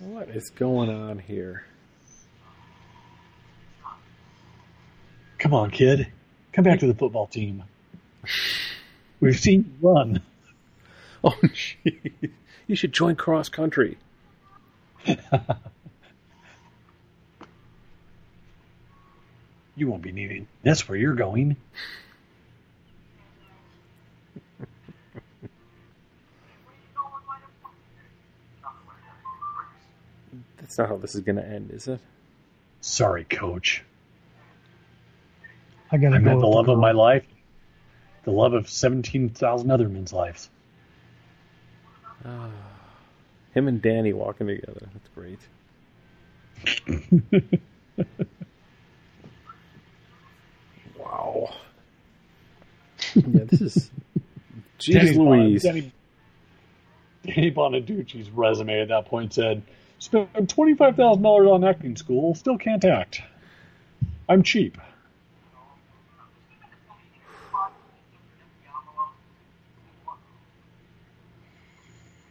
what is going on here?
Come on, kid. Come back to the football team. We've seen you run.
Oh, jeez. You should join cross country.
You won't be needing That's where you're going.
That's not how this is gonna end, is it?
Sorry, coach.
I gotta
I met
go.
the
with
love of my life, the love of 17,000 other men's lives.
Him and Danny walking together. That's great. wow. Yeah, this is. Jeez
Danny Bon-
Louise.
Danny, Danny Bonaducci's resume at that point said, spent $25,000 on acting school, still can't act. I'm cheap.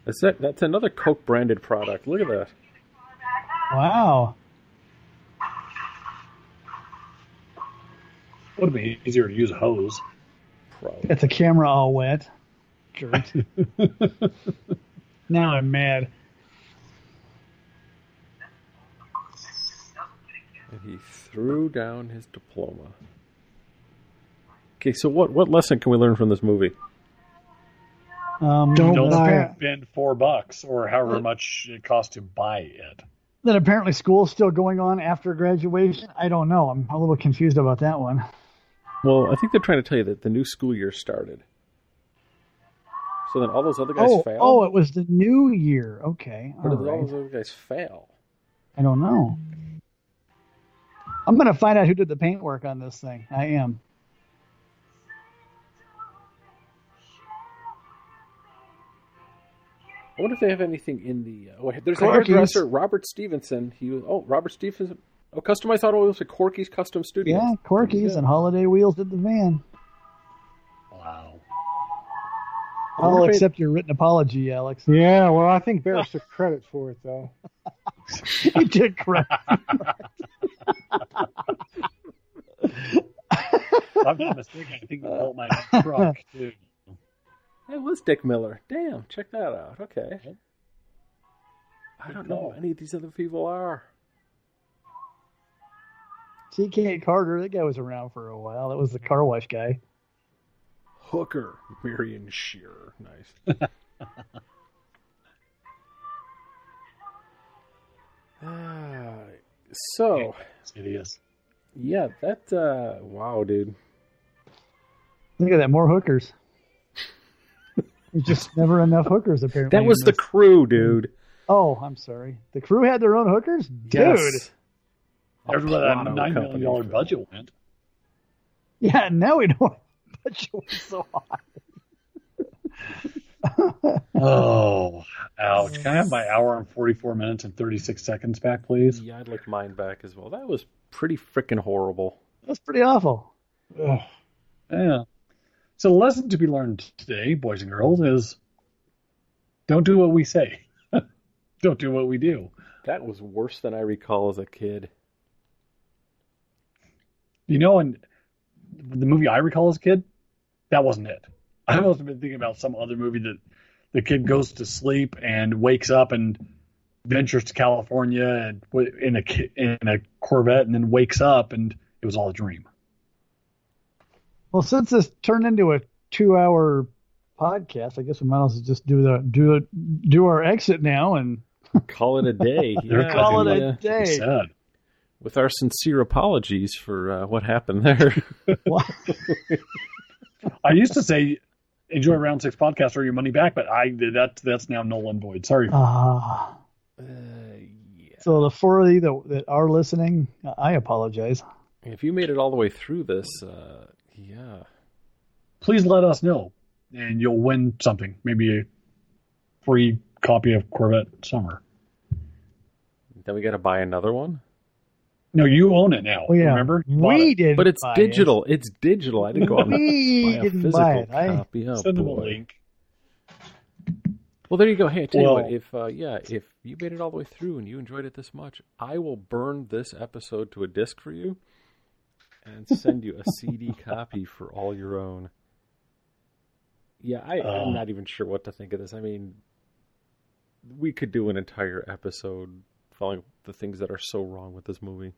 That's that, that's another Coke branded product. Look at that.
Wow.
Would have been easier to use a hose.
Probably.
It's a camera all wet. Jerk. now I'm mad.
And he threw down his diploma. Okay, so what, what lesson can we learn from this movie?
Um,
Don't
Don't
buy
appar-
it.
spend four bucks or however much Oh it costs to buy it.
Then apparently school's still going on after graduation. I don't know. I'm a little confused about that one.
Well, I think they're trying to tell you that the new school year started. So then all those other guys
oh,
fail.
oh, it was the new year. Okay.
Where
all
did all
right.
those other guys fail?
I don't know. I'm gonna find out who did the paintwork on this thing. I am.
I wonder if they have anything in the. Uh, oh, there's
Corky's.
a hairdresser, Robert Stevenson. He was, oh Robert Stevenson. Oh, customized auto wheels at Corky's Custom Studios.
Yeah, Corky's
Yeah.
and Holiday Wheels did the van.
Wow.
I'll
Wonder if it-
accept your written apology, Alex.
Yeah, well, I think Barris took credit for it though.
you did correct.
If I'm not mistaken, I think they built my truck too.
It was Dick Miller. Damn, check that out. Okay.
Yep.
I
Good
don't know
call.
who any of these other people are.
TK Carter, that guy was around for a while. That was the car wash guy.
Hooker, Marion Shearer. Nice. Ah, so,
It's hideous.
yeah, that, uh, wow, dude.
Look at that, more hookers. There's just never enough hookers apparently.
That was
in
the
this.
crew, dude.
Oh, I'm sorry. The crew had their own hookers? Dude.
There's where that
Plano
nine
company
million dollar
film.
budget went.
Yeah, now we know why Butch was so hot.
Oh, ouch! Can I have my hour and forty four minutes and thirty six seconds back, please?
Yeah, I'd like mine back as well. That was pretty freaking horrible.
That's pretty awful.
Ugh. Yeah. So the lesson to be learned today, boys and girls, is don't do what we say. don't do what we do.
That was worse than I recall as a kid.
You know, and the movie I recall as a kid, that wasn't it. I must have been thinking about some other movie that the kid goes to sleep and wakes up and ventures to California and w- in a ki- in a Corvette and then wakes up and it was all a dream.
Well, since this turned into a two-hour podcast, I guess we might as well just do the do do our exit now and
Call it a day.
They're
Yeah,
call it
yeah.
a day.
Sad.
With our sincere apologies for uh, what happened there.
I used to say enjoy round six podcast or your money back, but I that that's now null and void. Sorry.
Ah,
Uh, yeah.
so the four of you that, that are listening, I apologize.
If you made it all the way through this, uh, yeah.
Please let us know and you'll win something. Maybe a free copy of Corvette Summer.
Then we got to buy another one.
No, you own it now.
Oh yeah,
Remember? You bought
we
it.
did,
But it's digital. It's digital. I didn't go out and buy
We
a
didn't
physical
buy it. I,
copy. Oh,
Send them a
boy.
link.
Well, there you go. Hey, I tell you
Well-
what. If uh, yeah, if you made it all the way through and you enjoyed it this much, I will burn this episode to a disc for you, and send you a CD copy for all your own. Yeah, I,
Oh.
I'm not even sure what to think of this. I mean, we could do an entire episode following the things that are so wrong with this movie.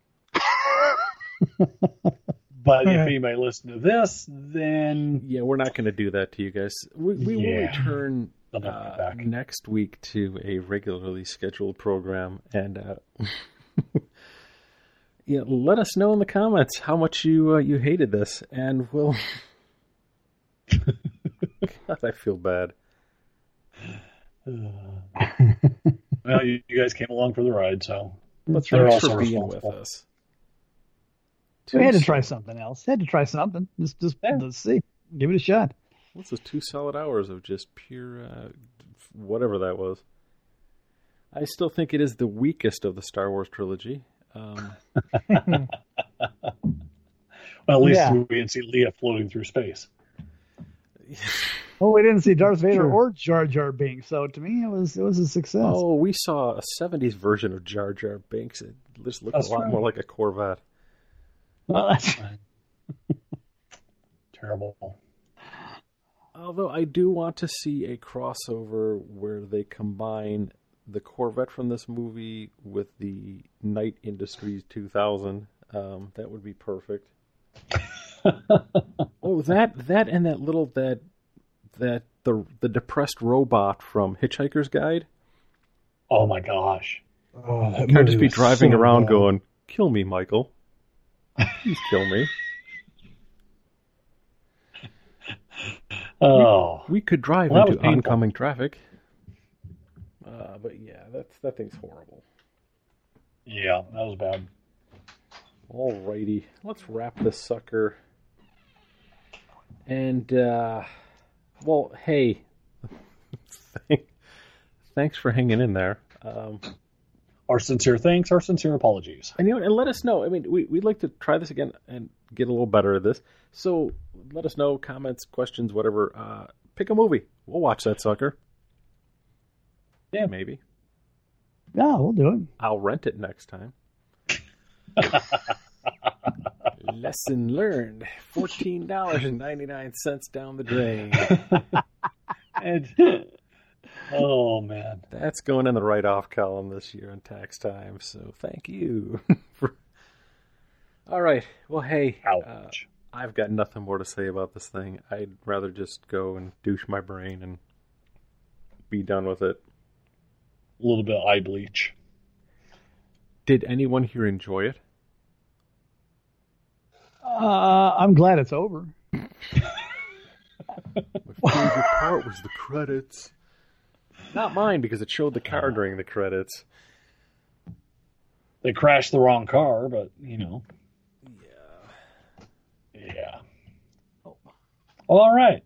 But if
Alright.
anybody listened to this, then
Yeah, we're not going to do that to you guys. We, we will
Yeah.
return
They'll never
uh,
get back.
next week to a regularly scheduled program, and uh, yeah, let us know in the comments how much you uh, you hated this, and we'll. God, I feel bad. Um,
well, you, you guys came along for the ride, so
But
They're
thanks for
also
being with
responsible.
us.
we had to
Two-
try something else. Had to try something. Just just
Yeah.
let's see. Give it a shot.
This is two solid hours of just pure uh, whatever that was. I still think it is the weakest of the Star Wars trilogy. Um,
well, at least
Yeah.
we didn't see Leah floating through space.
Well, Oh, we didn't see Darth Vader
Sure.
or Jar Jar Binks, so to me, it was it was a success.
Oh, we saw a '70s version of Jar Jar Binks. It just looked
That's
a lot
right.
more like a Corvette.
Well, that's-
Terrible.
Although I do want to see a crossover where they combine the Corvette from this movie with the Knight Industries 2000. Um, that would be perfect. oh, that that and that little that that the the depressed robot from Hitchhiker's Guide.
Oh my gosh.
Oh, that
I'd
movie
just be
was
driving
so
around
bad.
going, "Kill me, Michael! Please kill me."
Oh.
We could drive
Well, that was
into
painful.
oncoming traffic. Uh, but yeah, that's that thing's horrible.
Yeah, that was bad.
Alrighty, let's wrap this sucker. And uh, well, hey, thanks for hanging in there. Um,
Our sincere thanks, our sincere apologies.
And you know, and let us know. I mean, we we'd like to try this again and get a little better at this. So let us know comments, questions, whatever. Uh, pick a movie. We'll watch that sucker.
Yeah.
maybe
Yeah, we'll do it.
I'll rent it next time. Lesson learned: fourteen dollars and ninety nine cents down the drain.
And- oh man.
That's going in the write off column this year in tax time. So thank you. for... All right. Well, hey. uh,
Ouch.
I've got nothing more to say about this thing. I'd rather just go and douche my brain and be done with it.
a little bit of eye bleach.
Did anyone here enjoy it?
Uh, I'm glad it's over.
My favorite part was the credits. Not mine because it showed the car during the credits.
They crashed the wrong car, but you know. Yeah. Yeah. Well, all right.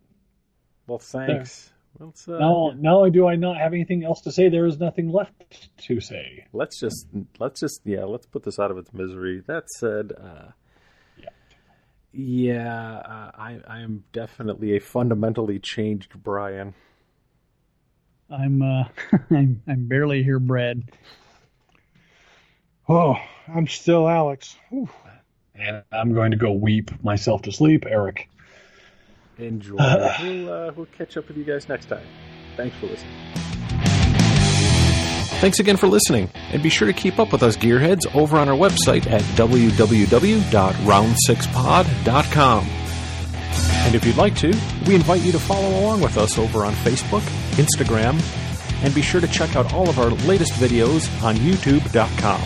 Well, thanks. Well, it's, uh,
Now, not only do I not have anything else to say, there is nothing left to say.
let's just let's just yeah let's put this out of its misery that said uh
Yeah.
yeah uh, i i am definitely a fundamentally changed brian
I'm uh, I'm I'm barely here, Brad.
Oh, I'm still Alex. Oof.
And I'm going to go weep myself to sleep, Eric.
enjoy we'll uh, we'll catch up with you guys next time thanks for listening Thanks again for listening, and be sure to keep up with us gearheads over on our website at www.round6pod.com. And if you'd like to, we invite you to follow along with us over on Facebook, Instagram, and be sure to check out all of our latest videos on youtube.com.